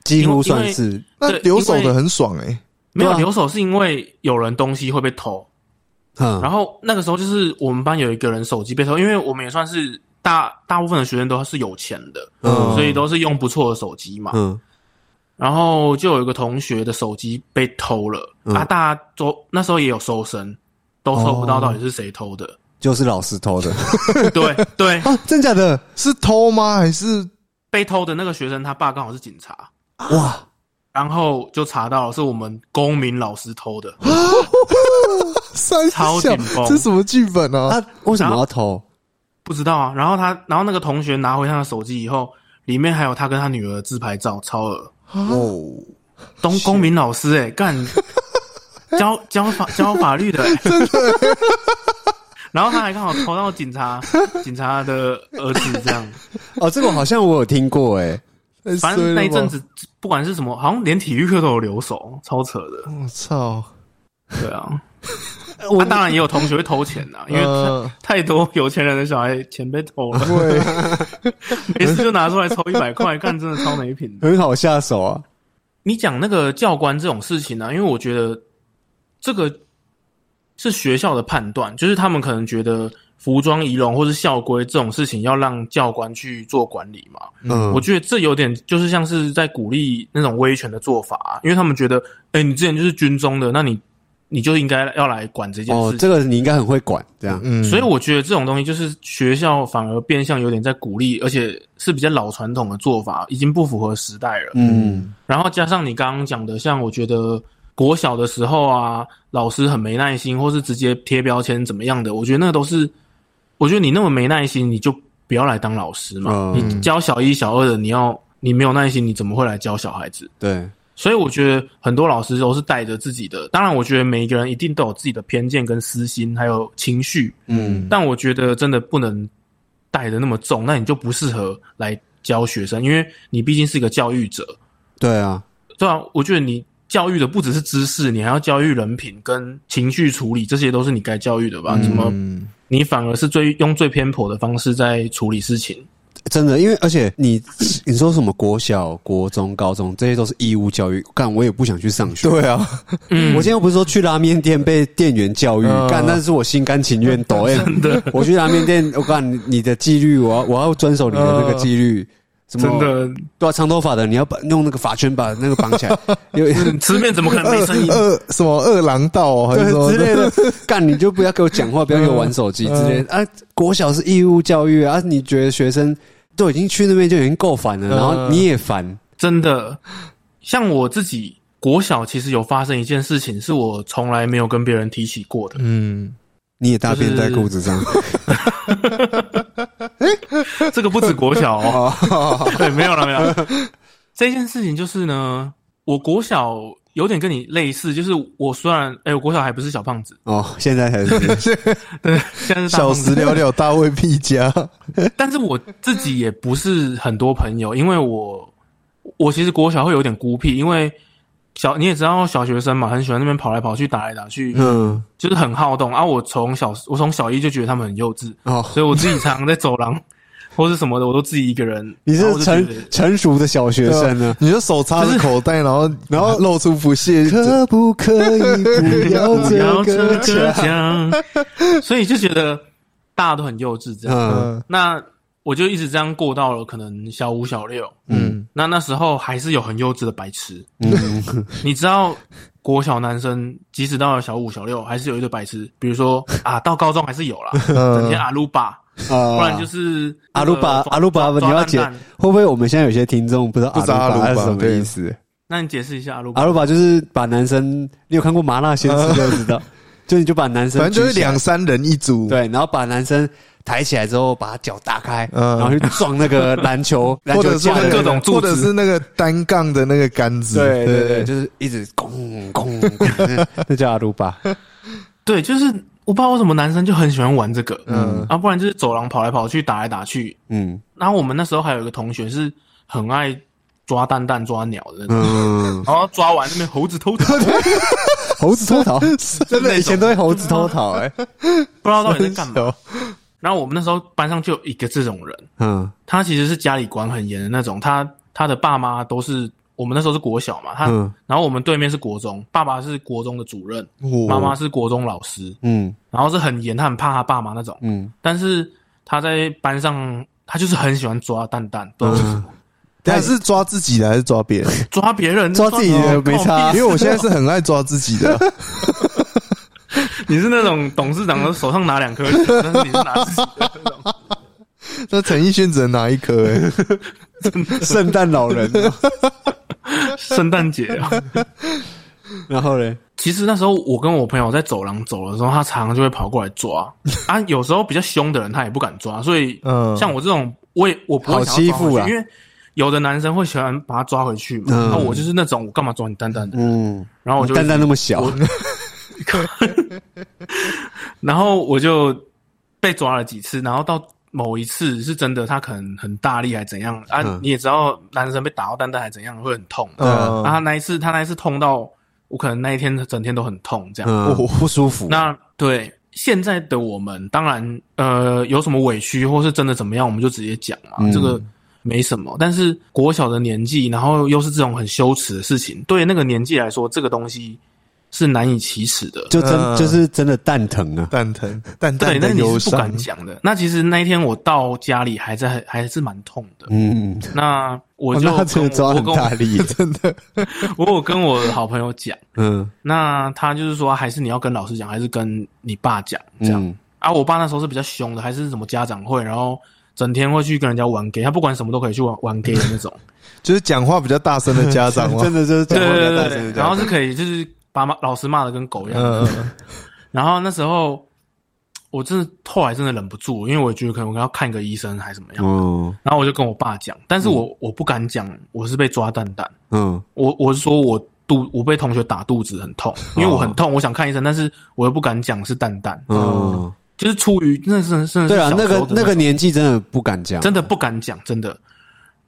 Speaker 2: 几乎算是
Speaker 1: 那
Speaker 3: 对
Speaker 1: 留守
Speaker 3: 因为
Speaker 1: 的很爽哎、
Speaker 3: 没有
Speaker 2: 对啊
Speaker 3: 留守是因为有人东西会被偷，
Speaker 2: 嗯
Speaker 3: 然后那个时候就是我们班有一个人手机被偷，因为我们也算是大大部分的学生都是有钱的，
Speaker 2: 嗯
Speaker 3: 所以都是用不错的手机嘛。
Speaker 2: 嗯
Speaker 3: 然后就有一个同学的手机被偷了，
Speaker 2: 嗯
Speaker 3: 啊，大家都那时候也有搜身，都搜不
Speaker 2: 哦
Speaker 3: 到到底是谁偷的。
Speaker 2: 就是老师偷 的
Speaker 3: 对对，
Speaker 2: 啊，真假的
Speaker 1: 是偷吗？还是
Speaker 3: 被偷的那个学生他爸刚好是警察，
Speaker 2: 哇，
Speaker 3: 然后就查到了是我们公民老师偷的。
Speaker 1: 三
Speaker 3: 超
Speaker 1: 小
Speaker 3: 紧绷？
Speaker 1: 这什么剧本啊？
Speaker 2: 他为什么要偷？
Speaker 3: 不知道啊。然后他，然后那个同学拿回他的手机以后，里面还有他跟他女儿的自拍照，超恶。
Speaker 2: 哦，
Speaker 3: 东公民老师、欸，哎， 干教教法教法律的、欸，然后他还刚好投到警 察警察的儿子这样，
Speaker 2: 哦，这个好像我有听过哎，
Speaker 1: 太
Speaker 3: 反
Speaker 1: 衰
Speaker 3: 正
Speaker 1: 了
Speaker 3: 那一阵
Speaker 1: 吧，
Speaker 3: 子不管是什么，好像连体育课都有留守，超扯的。
Speaker 1: 我操！
Speaker 3: 对啊，
Speaker 2: 我
Speaker 3: 我当然也有同学会偷钱啊呐、因为太
Speaker 1: 呃，
Speaker 3: 太多有钱人的小孩钱被偷了，
Speaker 1: 对，
Speaker 3: 没事就拿出来抽一百块，干真的超没品的。
Speaker 2: 很好下手啊，
Speaker 3: 你讲那个教官这种事情呢、啊因为我觉得这个是学校的判断，就是他们可能觉得服装仪容或是校规这种事情要让教官去做管理嘛。
Speaker 2: 嗯
Speaker 3: 我觉得这有点就是像是在鼓励那种威权的做法啊、因为他们觉得，哎、你之前就是军中的，那你你就应该要来管这件
Speaker 2: 哦
Speaker 3: 事，情。
Speaker 2: 这个你应该很会管，这样
Speaker 1: 嗯，
Speaker 3: 所以我觉得这种东西就是学校反而变相有点在鼓励，而且是比较老传统的做法，已经不符合时代了。
Speaker 2: 嗯
Speaker 3: 然后加上你刚刚讲的，像我觉得国小的时候啊，老师很没耐心，或是直接贴标签怎么样的，我觉得那都是，我觉得你那么没耐心，你就不要来当老师嘛。
Speaker 2: 嗯
Speaker 3: 你教小一、小二的，你要你没有耐心，你怎么会来教小孩子？
Speaker 2: 对
Speaker 3: 所以我觉得很多老师都是带着自己的，当然我觉得每一个人一定都有自己的偏见跟私心，还有情绪，
Speaker 2: 嗯
Speaker 3: 但我觉得真的不能带的那么重，那你就不适合来教学生，因为你毕竟是一个教育者。
Speaker 2: 对啊
Speaker 3: 对啊，我觉得你教育的不只是知识，你还要教育人品跟情绪处理，这些都是你该教育的吧？怎么
Speaker 1: 嗯
Speaker 3: 你反而是最用最偏颇的方式在处理事情？
Speaker 2: 真的，因为而且你 你说什么国小、国中、高中，这些都是义务教育，干我也不想去上学。
Speaker 1: 对啊，
Speaker 3: 嗯
Speaker 2: 我今天又不是说去拉面店被店员教育，
Speaker 1: 嗯
Speaker 2: 干、但是我心甘情愿抖 M。我去拉面店，我干你你的纪律，我要我要遵守你的那个纪律。什么
Speaker 3: 真的，
Speaker 2: 对啊，长头发的你要把弄那个发圈把那个绑起来，有
Speaker 3: 嗯吃面怎么可能没声音？
Speaker 1: 二什么二郎道哦，还是什么
Speaker 2: 对之类的，干你就不要给我讲话，不要给我玩手机之类的啊。国小是义务教育啊，你觉得学生都已经去那边就已经够烦了，然后你也烦，
Speaker 3: 真的，像我自己国小其实有发生一件事情，是我从来没有跟别人提起过的，
Speaker 1: 嗯，
Speaker 2: 你也大便在裤子上，
Speaker 3: 这个不止国小哦。
Speaker 2: 哦，
Speaker 3: 对，没有了，没有了。这件事情就是呢，我国小有点跟你类似，就是我虽然，哎、我国小还不是小胖子，
Speaker 2: 哦，现在才是，
Speaker 3: 现在是大胖
Speaker 1: 小
Speaker 3: 子
Speaker 1: 时了了，大卫毕加，
Speaker 3: 但是我自己也不是很多朋友，因为我我其实国小会有点孤僻，因为小你也知道小学生嘛，很喜欢那边跑来跑去、打来打去，
Speaker 2: 嗯，
Speaker 3: 就是很好动啊。我从小我从小一就觉得他们很幼稚，
Speaker 2: 哦，
Speaker 3: 所以我自己常常在走 廊或是什么的，我都自己一个人。
Speaker 2: 你
Speaker 3: 然后我
Speaker 2: 是
Speaker 3: 就觉得
Speaker 2: 成成熟的小学生
Speaker 3: 啊
Speaker 2: 呢？
Speaker 1: 啊你就手插着口袋，然后然后露出不屑，
Speaker 2: 可不可以不要
Speaker 3: 不
Speaker 2: 这
Speaker 3: 要这
Speaker 2: 个
Speaker 3: 个
Speaker 2: 家？
Speaker 3: 讲，所以就觉得大家都很幼稚这样。
Speaker 2: 嗯
Speaker 1: 嗯
Speaker 3: 那我就一直这样过到了可能小五、小六，
Speaker 1: 嗯
Speaker 3: 那那时候还是有很幼稚的白痴。
Speaker 2: 嗯，
Speaker 3: 你知道，国小男生即使到了小五、小六，还是有一堆白痴，比 如说啊，到高中还是有啦，
Speaker 1: 嗯
Speaker 3: 整天阿鲁巴，
Speaker 2: 嗯啊
Speaker 3: 不然就是
Speaker 2: 阿鲁巴
Speaker 3: 那个
Speaker 2: 阿鲁巴，
Speaker 3: 抓
Speaker 2: 你要解
Speaker 3: 抓蛋蛋
Speaker 2: 会不会我们现在有些听众不知道
Speaker 1: 不知道
Speaker 2: 阿
Speaker 1: 阿
Speaker 2: 鲁巴
Speaker 1: 鲁
Speaker 2: 是
Speaker 1: 巴
Speaker 2: 什么
Speaker 1: 对
Speaker 2: 意思？
Speaker 3: 那你解释一下阿鲁巴
Speaker 2: 阿鲁巴就是把男生，你有看过《麻辣鲜师》就知道，就你就把男生
Speaker 1: 反正就是
Speaker 2: 举起来
Speaker 1: 两三人一组，
Speaker 2: 对，然后把男生抬起来之后，把他脚打开，
Speaker 1: 嗯
Speaker 2: 然后去撞那个篮球篮
Speaker 1: 或
Speaker 2: 球
Speaker 1: 者是
Speaker 2: 架
Speaker 1: 那
Speaker 2: 的
Speaker 1: 个
Speaker 3: 各种柱子
Speaker 1: 或者是那个单杠的那个杆子，
Speaker 2: 对对对，就是一直咣咣咣， 那叫阿鲁巴。
Speaker 3: 对，就是我不知道为什么男生就很喜欢玩这个，
Speaker 1: 嗯
Speaker 3: 嗯，啊，不然就是走廊跑来跑去，打来打去。
Speaker 2: 嗯
Speaker 3: 然后我们那时候还有一个同学是很爱抓蛋蛋、抓鸟的那种，
Speaker 2: 嗯，
Speaker 3: 然后抓完那边猴子偷 桃，
Speaker 2: 猴子偷桃， 真的以前都会猴子偷桃哎、
Speaker 3: 不知道到底在干嘛。
Speaker 1: 小
Speaker 3: 然后我们那时候班上就有一个这种人，
Speaker 2: 嗯
Speaker 3: 他其实是家里管很严的那种，他他的爸妈都是我们那时候是国小嘛，他、
Speaker 2: 嗯
Speaker 3: 然后我们对面是国中，爸爸是国中的主任，
Speaker 2: 哦
Speaker 3: 妈妈是国中老师，
Speaker 2: 嗯
Speaker 3: 然后是很严，他很怕他爸妈那种，
Speaker 2: 嗯
Speaker 3: 但是他在班上他就是很喜欢抓蛋蛋，不知道为什么
Speaker 2: 嗯，
Speaker 1: 但是抓自己的还是抓别 人？
Speaker 3: 抓别人
Speaker 2: 抓自己的没差
Speaker 1: 因为我现在是很爱抓自己的，
Speaker 3: 你是那种董事长的手上拿两颗球， 但是你是拿自己的那种。
Speaker 1: 那陈奕迅只能拿一颗、欸，
Speaker 2: 圣诞老人。
Speaker 3: 圣诞节啊！
Speaker 2: 然后嘞，
Speaker 3: 其实那时候我跟我朋友在走廊走的时候，他常常就会跑过来抓啊。有时候比较凶的人他也不敢抓，所以
Speaker 1: 嗯
Speaker 3: 像我这种，我也我不会
Speaker 2: 好
Speaker 3: 想要抓
Speaker 2: 欺负
Speaker 3: 回去
Speaker 2: 啦
Speaker 3: 因为有的男生会喜欢把他抓回去嘛。
Speaker 2: 嗯
Speaker 3: 那我就是那种，我干嘛抓你蛋蛋的？
Speaker 2: 嗯，
Speaker 3: 然后我就
Speaker 2: 蛋蛋那么小，
Speaker 3: 我然后我就被抓了几次，然后到某一次是真的，他可能很大力还怎样啊？
Speaker 2: 嗯
Speaker 3: 你也知道，男生被打到蛋蛋还怎样会很痛。
Speaker 1: 嗯
Speaker 3: 啊，他那一次他那一次痛到我可能那一天整天都很痛这样。
Speaker 2: 嗯，
Speaker 1: 哦
Speaker 2: 不舒服。
Speaker 3: 那对现在的我们，当然呃有什么委屈或是真的怎么样，我们就直接讲嘛，
Speaker 2: 嗯
Speaker 3: 这个没什么。但是国小的年纪，然后又是这种很羞耻的事情，对那个年纪来说，这个东西是难以启齿的。
Speaker 2: 就真、
Speaker 1: 嗯
Speaker 2: 就是真的蛋疼啊。
Speaker 1: 蛋疼，蛋蛋
Speaker 3: 对，那
Speaker 1: 的
Speaker 3: 你
Speaker 1: 忧
Speaker 3: 是不
Speaker 1: 伤
Speaker 3: 敢。讲的。那其实那一天我到家里还在，还是蛮痛的。
Speaker 2: 嗯，
Speaker 3: 那我就
Speaker 2: 哦
Speaker 3: 跟
Speaker 2: 那他真的抓
Speaker 3: 我
Speaker 2: 很
Speaker 3: 跟
Speaker 2: 大
Speaker 3: 我
Speaker 2: 力，真的。
Speaker 3: 我有跟我好朋友讲，
Speaker 2: 嗯，
Speaker 3: 那他就是说，啊还是你要跟老师讲，还是跟你爸讲这
Speaker 2: 这
Speaker 3: 样。
Speaker 2: 样
Speaker 3: 啊，我爸那时候是比较凶的，还是什么家长会，然后整天会去跟人家玩 gay，他不管什么都可以去玩玩 gay 的那 种。
Speaker 1: 就是讲话比较大声的家 长嘛，
Speaker 2: 真的就是讲话比较大声
Speaker 3: 对对，
Speaker 2: 的
Speaker 3: 然
Speaker 2: 讲
Speaker 3: 后
Speaker 2: 话
Speaker 3: 是可以就是把骂老师骂的跟狗一样。
Speaker 1: 嗯，嗯
Speaker 3: 然后那时候我真的后来真的忍不住，因为我觉得可能我要看个医生还是怎么样。
Speaker 2: 嗯
Speaker 3: 然后我就跟我爸讲，但是我、我不敢讲，我是被抓蛋蛋，
Speaker 2: 嗯
Speaker 3: 我我是说我肚我被同学打肚子很痛，因为我很痛，我想看医生，但是我又不敢讲是蛋蛋，
Speaker 2: 嗯，
Speaker 3: 就是出于那是真的是
Speaker 2: 对啊，
Speaker 3: 小时
Speaker 2: 那
Speaker 3: 候的
Speaker 2: 个那个年纪真的不敢讲，
Speaker 3: 真的不敢讲，真的。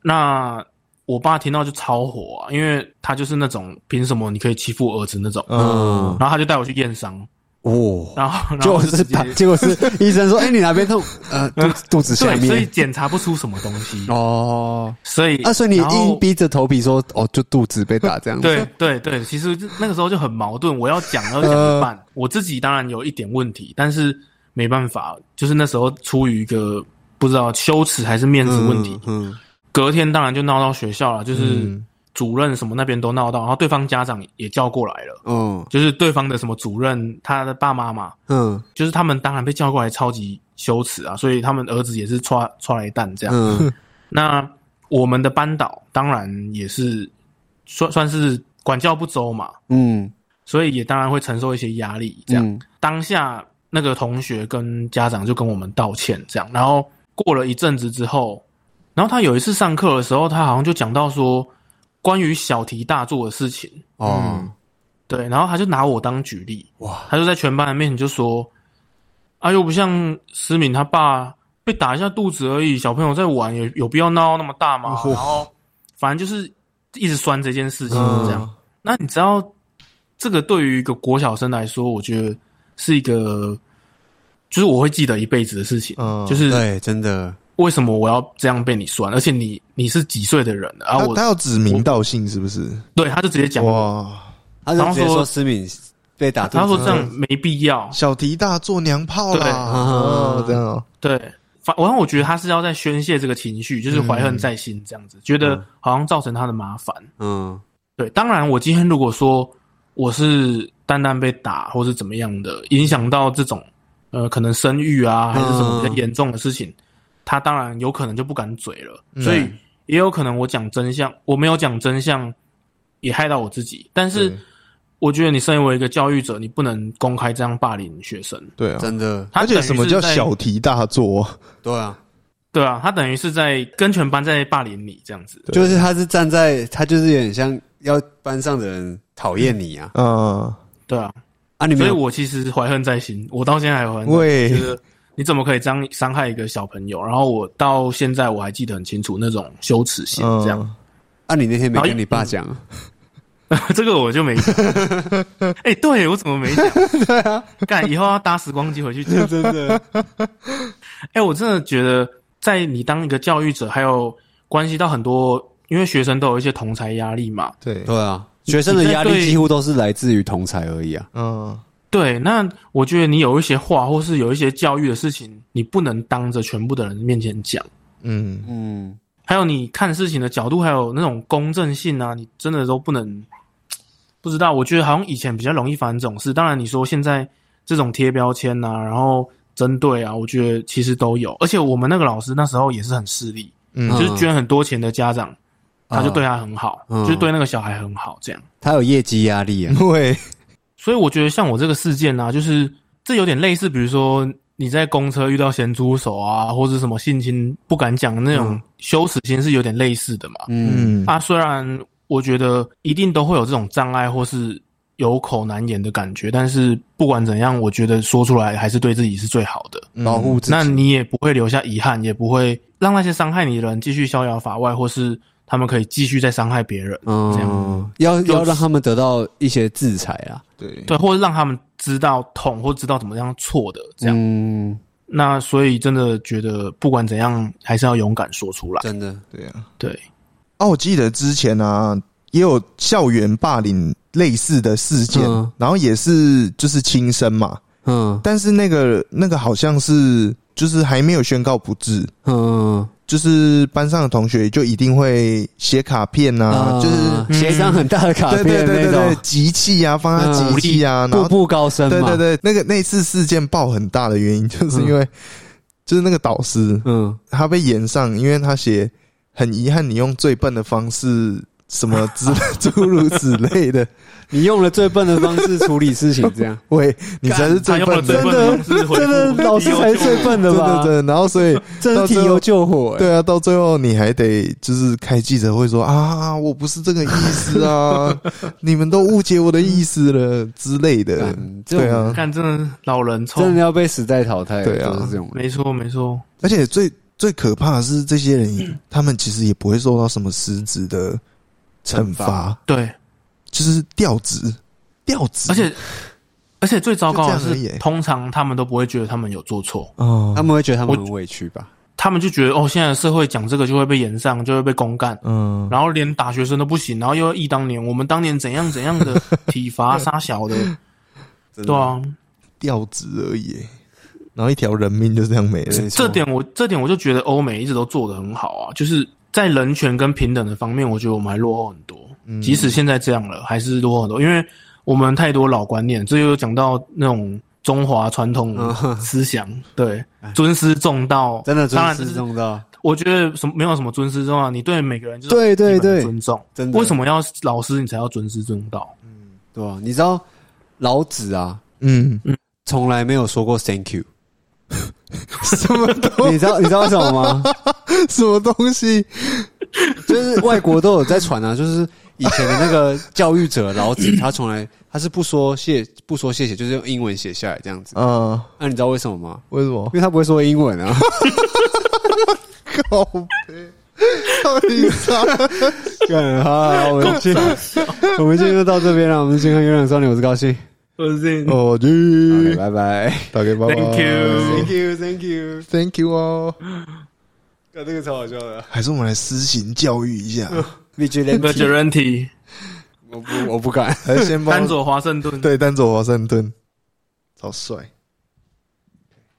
Speaker 3: 那我爸听到就超火啊，因为他就是那种凭什么你可以欺负我儿子那种，
Speaker 2: 嗯
Speaker 3: 然后他就带我去验伤，
Speaker 2: 哦，
Speaker 3: 然后然
Speaker 2: 结
Speaker 3: 后
Speaker 2: 果是
Speaker 3: 直接
Speaker 2: 打，结果是医生说，哎，你哪边痛？呃，肚肚子下
Speaker 3: 对，所以
Speaker 2: 面。
Speaker 3: 检查不出什么东西，
Speaker 1: 嗯
Speaker 2: 哦，
Speaker 3: 所以
Speaker 2: 啊，所以你
Speaker 3: 然后
Speaker 2: 硬逼着头皮说，哦，就肚子被打这样子。
Speaker 3: 对对对，其实就那个时候就很矛盾，我要讲要
Speaker 2: 呃
Speaker 3: 讲一半，我自己当然有一点问题，但是没办法，就是那时候出于一个不知道羞耻还是面子问题，
Speaker 2: 嗯，
Speaker 3: 隔天当然就闹到学校了，就是
Speaker 1: 嗯
Speaker 3: 主任什么那边都闹到，然后对方家长也叫过来了，
Speaker 2: 嗯
Speaker 3: 就是对方的什么主任他的爸妈嘛，
Speaker 2: 嗯
Speaker 3: 就是他们当然被叫过来超级羞耻啊，所以他们儿子也是抓抓了一蛋这样。
Speaker 2: 嗯
Speaker 3: 那我们的班导当然也是算算是管教不周嘛，
Speaker 2: 嗯，
Speaker 3: 所以也当然会承受一些压力。这样，当下那个同学跟家长就跟我们道歉，这样。然后过了一阵子之后，然后他有一次上课的时候，他好像就讲到说关于小题大做的事情，嗯
Speaker 2: 哦，
Speaker 3: 对，然后他就拿我当举例，
Speaker 2: 哇，
Speaker 3: 他就在全班的面前就说：“啊，又不像思敏他爸被打一下肚子而已，小朋友在玩，有有必要闹那么大吗？”
Speaker 2: 哦
Speaker 3: 然后反正就是一直酸这件事情
Speaker 2: 嗯
Speaker 3: 这样。那你知道，这个对于一个国小生来说，我觉得是一个，就是我会记得一辈子的事情。
Speaker 1: 嗯
Speaker 3: 就是
Speaker 2: 对，真的，
Speaker 3: 为什么我要这样被你酸？而且你你是几岁的人了啊？
Speaker 1: 他
Speaker 3: 我
Speaker 1: 他要指名道姓是不是？
Speaker 3: 对他就直接讲，
Speaker 1: 哇，
Speaker 2: 他就直接说思敏被打肚子，
Speaker 3: 他说这样
Speaker 1: 嗯
Speaker 3: 没必要。
Speaker 1: 小题大做娘炮啦，
Speaker 3: 对嗯
Speaker 1: 哦这样哦，
Speaker 3: 对，反然后我觉得他是要在宣泄这个情绪，就是怀恨在心这样子，觉
Speaker 1: 嗯
Speaker 3: 得好像造成他的麻烦。
Speaker 2: 嗯
Speaker 3: 对，当然我今天如果说我是单单被打或是怎么样的，影响到这种呃可能生育啊还是什
Speaker 1: 嗯
Speaker 3: 么比较严重的事情，他当然有可能就不敢嘴了，所以也有可能我讲真相，我没有讲真相也害到我自己，但是
Speaker 1: 对。
Speaker 3: 我觉得你身为一个教育者，你不能公开这样霸凌学生。
Speaker 1: 对啊，
Speaker 2: 真的，
Speaker 3: 他
Speaker 1: 而且
Speaker 3: 等于
Speaker 1: 什么
Speaker 3: 是
Speaker 1: 叫
Speaker 3: 在
Speaker 1: 小题大做啊？
Speaker 2: 对啊，
Speaker 3: 对啊，他等于是在跟全班在霸凌你这样子。
Speaker 1: 对
Speaker 2: 就是他是站在他就是有点像要班上的人讨厌你啊
Speaker 1: 嗯，
Speaker 3: 对啊，
Speaker 2: 啊，你没
Speaker 3: 所以
Speaker 2: 有
Speaker 3: 我其实怀恨在心，我到现在还怀恨在心。
Speaker 1: 喂
Speaker 3: 就，是你怎么可以这样伤害一个小朋友？然后我到现在我还记得很清楚那种羞耻心，这样、
Speaker 1: 嗯
Speaker 2: 啊，你那天没
Speaker 3: 然后
Speaker 2: 跟你爸 讲啊，
Speaker 3: 这个我就没 讲。哎、对我怎么没讲？对啊，干以后要搭时光机回去 讲。
Speaker 2: 真的，
Speaker 3: 哎、我真的觉得，在你当一个教育者，还有关系到很多，因为学生都有一些同才压力嘛。
Speaker 1: 对，
Speaker 2: 对啊，学生的压
Speaker 3: 你在
Speaker 2: 力
Speaker 3: 对
Speaker 2: 几乎都是来自于同才而已啊，
Speaker 1: 嗯，
Speaker 3: 对，那我觉得你有一些话，或是有一些教育的事情，你不能当着全部的人面前讲。
Speaker 1: 嗯，
Speaker 2: 嗯，
Speaker 3: 还有你看事情的角度，还有那种公正性啊，你真的都不能不知道。我觉得好像以前比较容易发生这种事。当然，你说现在这种贴标签啊，然后针对啊，我觉得其实都有。而且我们那个老师那时候也是很势利，
Speaker 1: 嗯
Speaker 3: 就是捐很多钱的家长，他就对啊他很好，
Speaker 2: 嗯
Speaker 3: 就是对那个小孩很好这样。
Speaker 2: 啊他有业绩压力啊，
Speaker 1: 对，
Speaker 3: 所以我觉得像我这个事件啊，就是这有点类似，比如说你在公车遇到咸猪手啊，或者什么性侵不敢讲的那种
Speaker 2: 嗯
Speaker 3: 羞耻心是有点类似的嘛。
Speaker 2: 嗯，
Speaker 1: 嗯，
Speaker 3: 啊，虽然我觉得一定都会有这种障碍或是有口难言的感觉，但是不管怎样，我觉得说出来还是对自己是最好的。
Speaker 1: 嗯
Speaker 2: 保护自己，
Speaker 3: 那你也不会留下遗憾，也不会让那些伤害你的人继续逍遥法外，或是他们可以继续再伤害别人，这样
Speaker 2: 嗯，要
Speaker 3: 就是
Speaker 2: 要让他们得到一些制裁啊，
Speaker 1: 对，
Speaker 3: 对，或者让他们知道痛，或知道怎么样错的这样。
Speaker 2: 嗯，
Speaker 3: 那所以真的觉得不管怎样，还是要勇敢说出来。
Speaker 2: 真的，
Speaker 1: 对啊。
Speaker 3: 对，
Speaker 1: 啊，我记得之前啊，也有校园霸凌类似的事件，
Speaker 2: 嗯
Speaker 1: 然后也是就是轻生嘛，
Speaker 2: 嗯
Speaker 1: 但是那个那个好像是就是还没有宣告不治，
Speaker 2: 嗯
Speaker 1: 就是班上的同学就一定会写卡片啊，就是
Speaker 2: 嗯写一张很大的卡
Speaker 1: 对对
Speaker 2: 片
Speaker 1: 对
Speaker 2: 那
Speaker 1: 对对
Speaker 2: 种，，
Speaker 1: 集气啊，放
Speaker 2: 嗯
Speaker 1: 他集气啊，然
Speaker 2: 步
Speaker 1: 后
Speaker 2: 步高升
Speaker 1: 对
Speaker 2: 嘛，
Speaker 1: 对对，那个那次事件爆很大的原因，就是因为、就是那个导师
Speaker 2: 嗯，
Speaker 1: 他被延上，因为他写很遗憾你用最笨的方式。什 么之诸如此类的，
Speaker 2: 你用了最笨的方式处理事情，这样
Speaker 1: 喂，你才是
Speaker 3: 他
Speaker 1: 最
Speaker 3: 用了
Speaker 1: 笨
Speaker 3: 最
Speaker 1: 的，
Speaker 3: 笨
Speaker 2: 真的
Speaker 3: 的方式
Speaker 2: 真的 老师才
Speaker 3: 回复，
Speaker 2: 是最笨的
Speaker 1: 真
Speaker 2: 吧
Speaker 1: 的？真的。然后所 以，
Speaker 2: 真的提油救火、欸，
Speaker 1: 对啊，到最后你还得就是开记者会说啊，我不是这个意思啊， 你们都误解我的意思了之类的。
Speaker 2: 干这种
Speaker 1: 对啊，
Speaker 3: 看，真的是老人臭，
Speaker 2: 真的要被时代淘汰了，
Speaker 1: 对啊
Speaker 2: 就是这种人，
Speaker 3: 没错没错。
Speaker 1: 而且最最可怕的是，这些 人他们其实也不会受到什么实质的惩
Speaker 2: 惩
Speaker 1: 罚
Speaker 2: 罚，
Speaker 3: 对，
Speaker 1: 就是调职，调职，
Speaker 3: 而且而且最糟糕的
Speaker 1: 就这样而已欸
Speaker 3: 是，通常他们都不会觉得他们有做错，
Speaker 1: 哦
Speaker 2: 他，们会觉得他们很委屈吧？
Speaker 3: 他们就觉得哦，现在的社会讲这个就会被延上，就会被公干，
Speaker 1: 嗯，
Speaker 3: 然后连打学生都不行，然后又要忆当年我们当年怎样怎样的 体罚杀小的，
Speaker 2: 真的
Speaker 3: 对，啊，
Speaker 1: 调职而已耶，然后一条人命就这样没了。
Speaker 2: 没错
Speaker 3: 这点我这点我就觉得欧美一直都做得很好啊，就是在人权跟平等的方面，我觉得我们还落后很多。
Speaker 2: 嗯
Speaker 3: 即使现在这样了，还是落后很多，因为我们太多老观念，这又讲到那种中华传统
Speaker 2: 嗯哎
Speaker 3: 思想，对尊师重道，
Speaker 2: 真的
Speaker 3: 当
Speaker 2: 尊
Speaker 3: 然这
Speaker 2: 师
Speaker 3: 是
Speaker 2: 重道，
Speaker 3: 我觉得什么没有什么尊师重道，你对每个人就是
Speaker 2: 对对
Speaker 3: 基本的
Speaker 2: 对
Speaker 3: 尊重。
Speaker 2: 真的
Speaker 3: 为什么要老师你才要尊师重道？
Speaker 2: 对啊？你知道老子啊，
Speaker 1: 嗯，
Speaker 2: 从来没有说过 thank you，
Speaker 1: 什么东
Speaker 2: 你知道你知道为什么 吗？
Speaker 1: 什么东西？
Speaker 2: 就是外国都有在传啊，就是以前的那个教育者老子，他从来他是不说谢不说谢谢，就是用英文写下来这样子。
Speaker 1: 啊，
Speaker 2: 那、你知道为什么吗？
Speaker 1: 为什么
Speaker 2: 因？为他不会说英文啊。
Speaker 1: 靠背，到底啥？
Speaker 2: 干好好，我们今天我们今天就到这边了。我们健康有氧少年，我是高兴，
Speaker 3: 我是
Speaker 1: 哦，
Speaker 2: 好
Speaker 1: 去，
Speaker 2: 拜拜。
Speaker 1: 打给爸爸
Speaker 3: Thank you
Speaker 2: 嗯 you，Thank you。
Speaker 1: Thank you 哦，
Speaker 2: 看这个超好笑的。
Speaker 1: 还是我们来私行教育一 下，
Speaker 2: v i g i l a
Speaker 3: v i g i
Speaker 2: n
Speaker 3: l a n t e
Speaker 2: 我不我不敢。
Speaker 1: 还是先帮
Speaker 3: 丹佐华盛顿。
Speaker 1: 对丹佐华盛顿，超帅。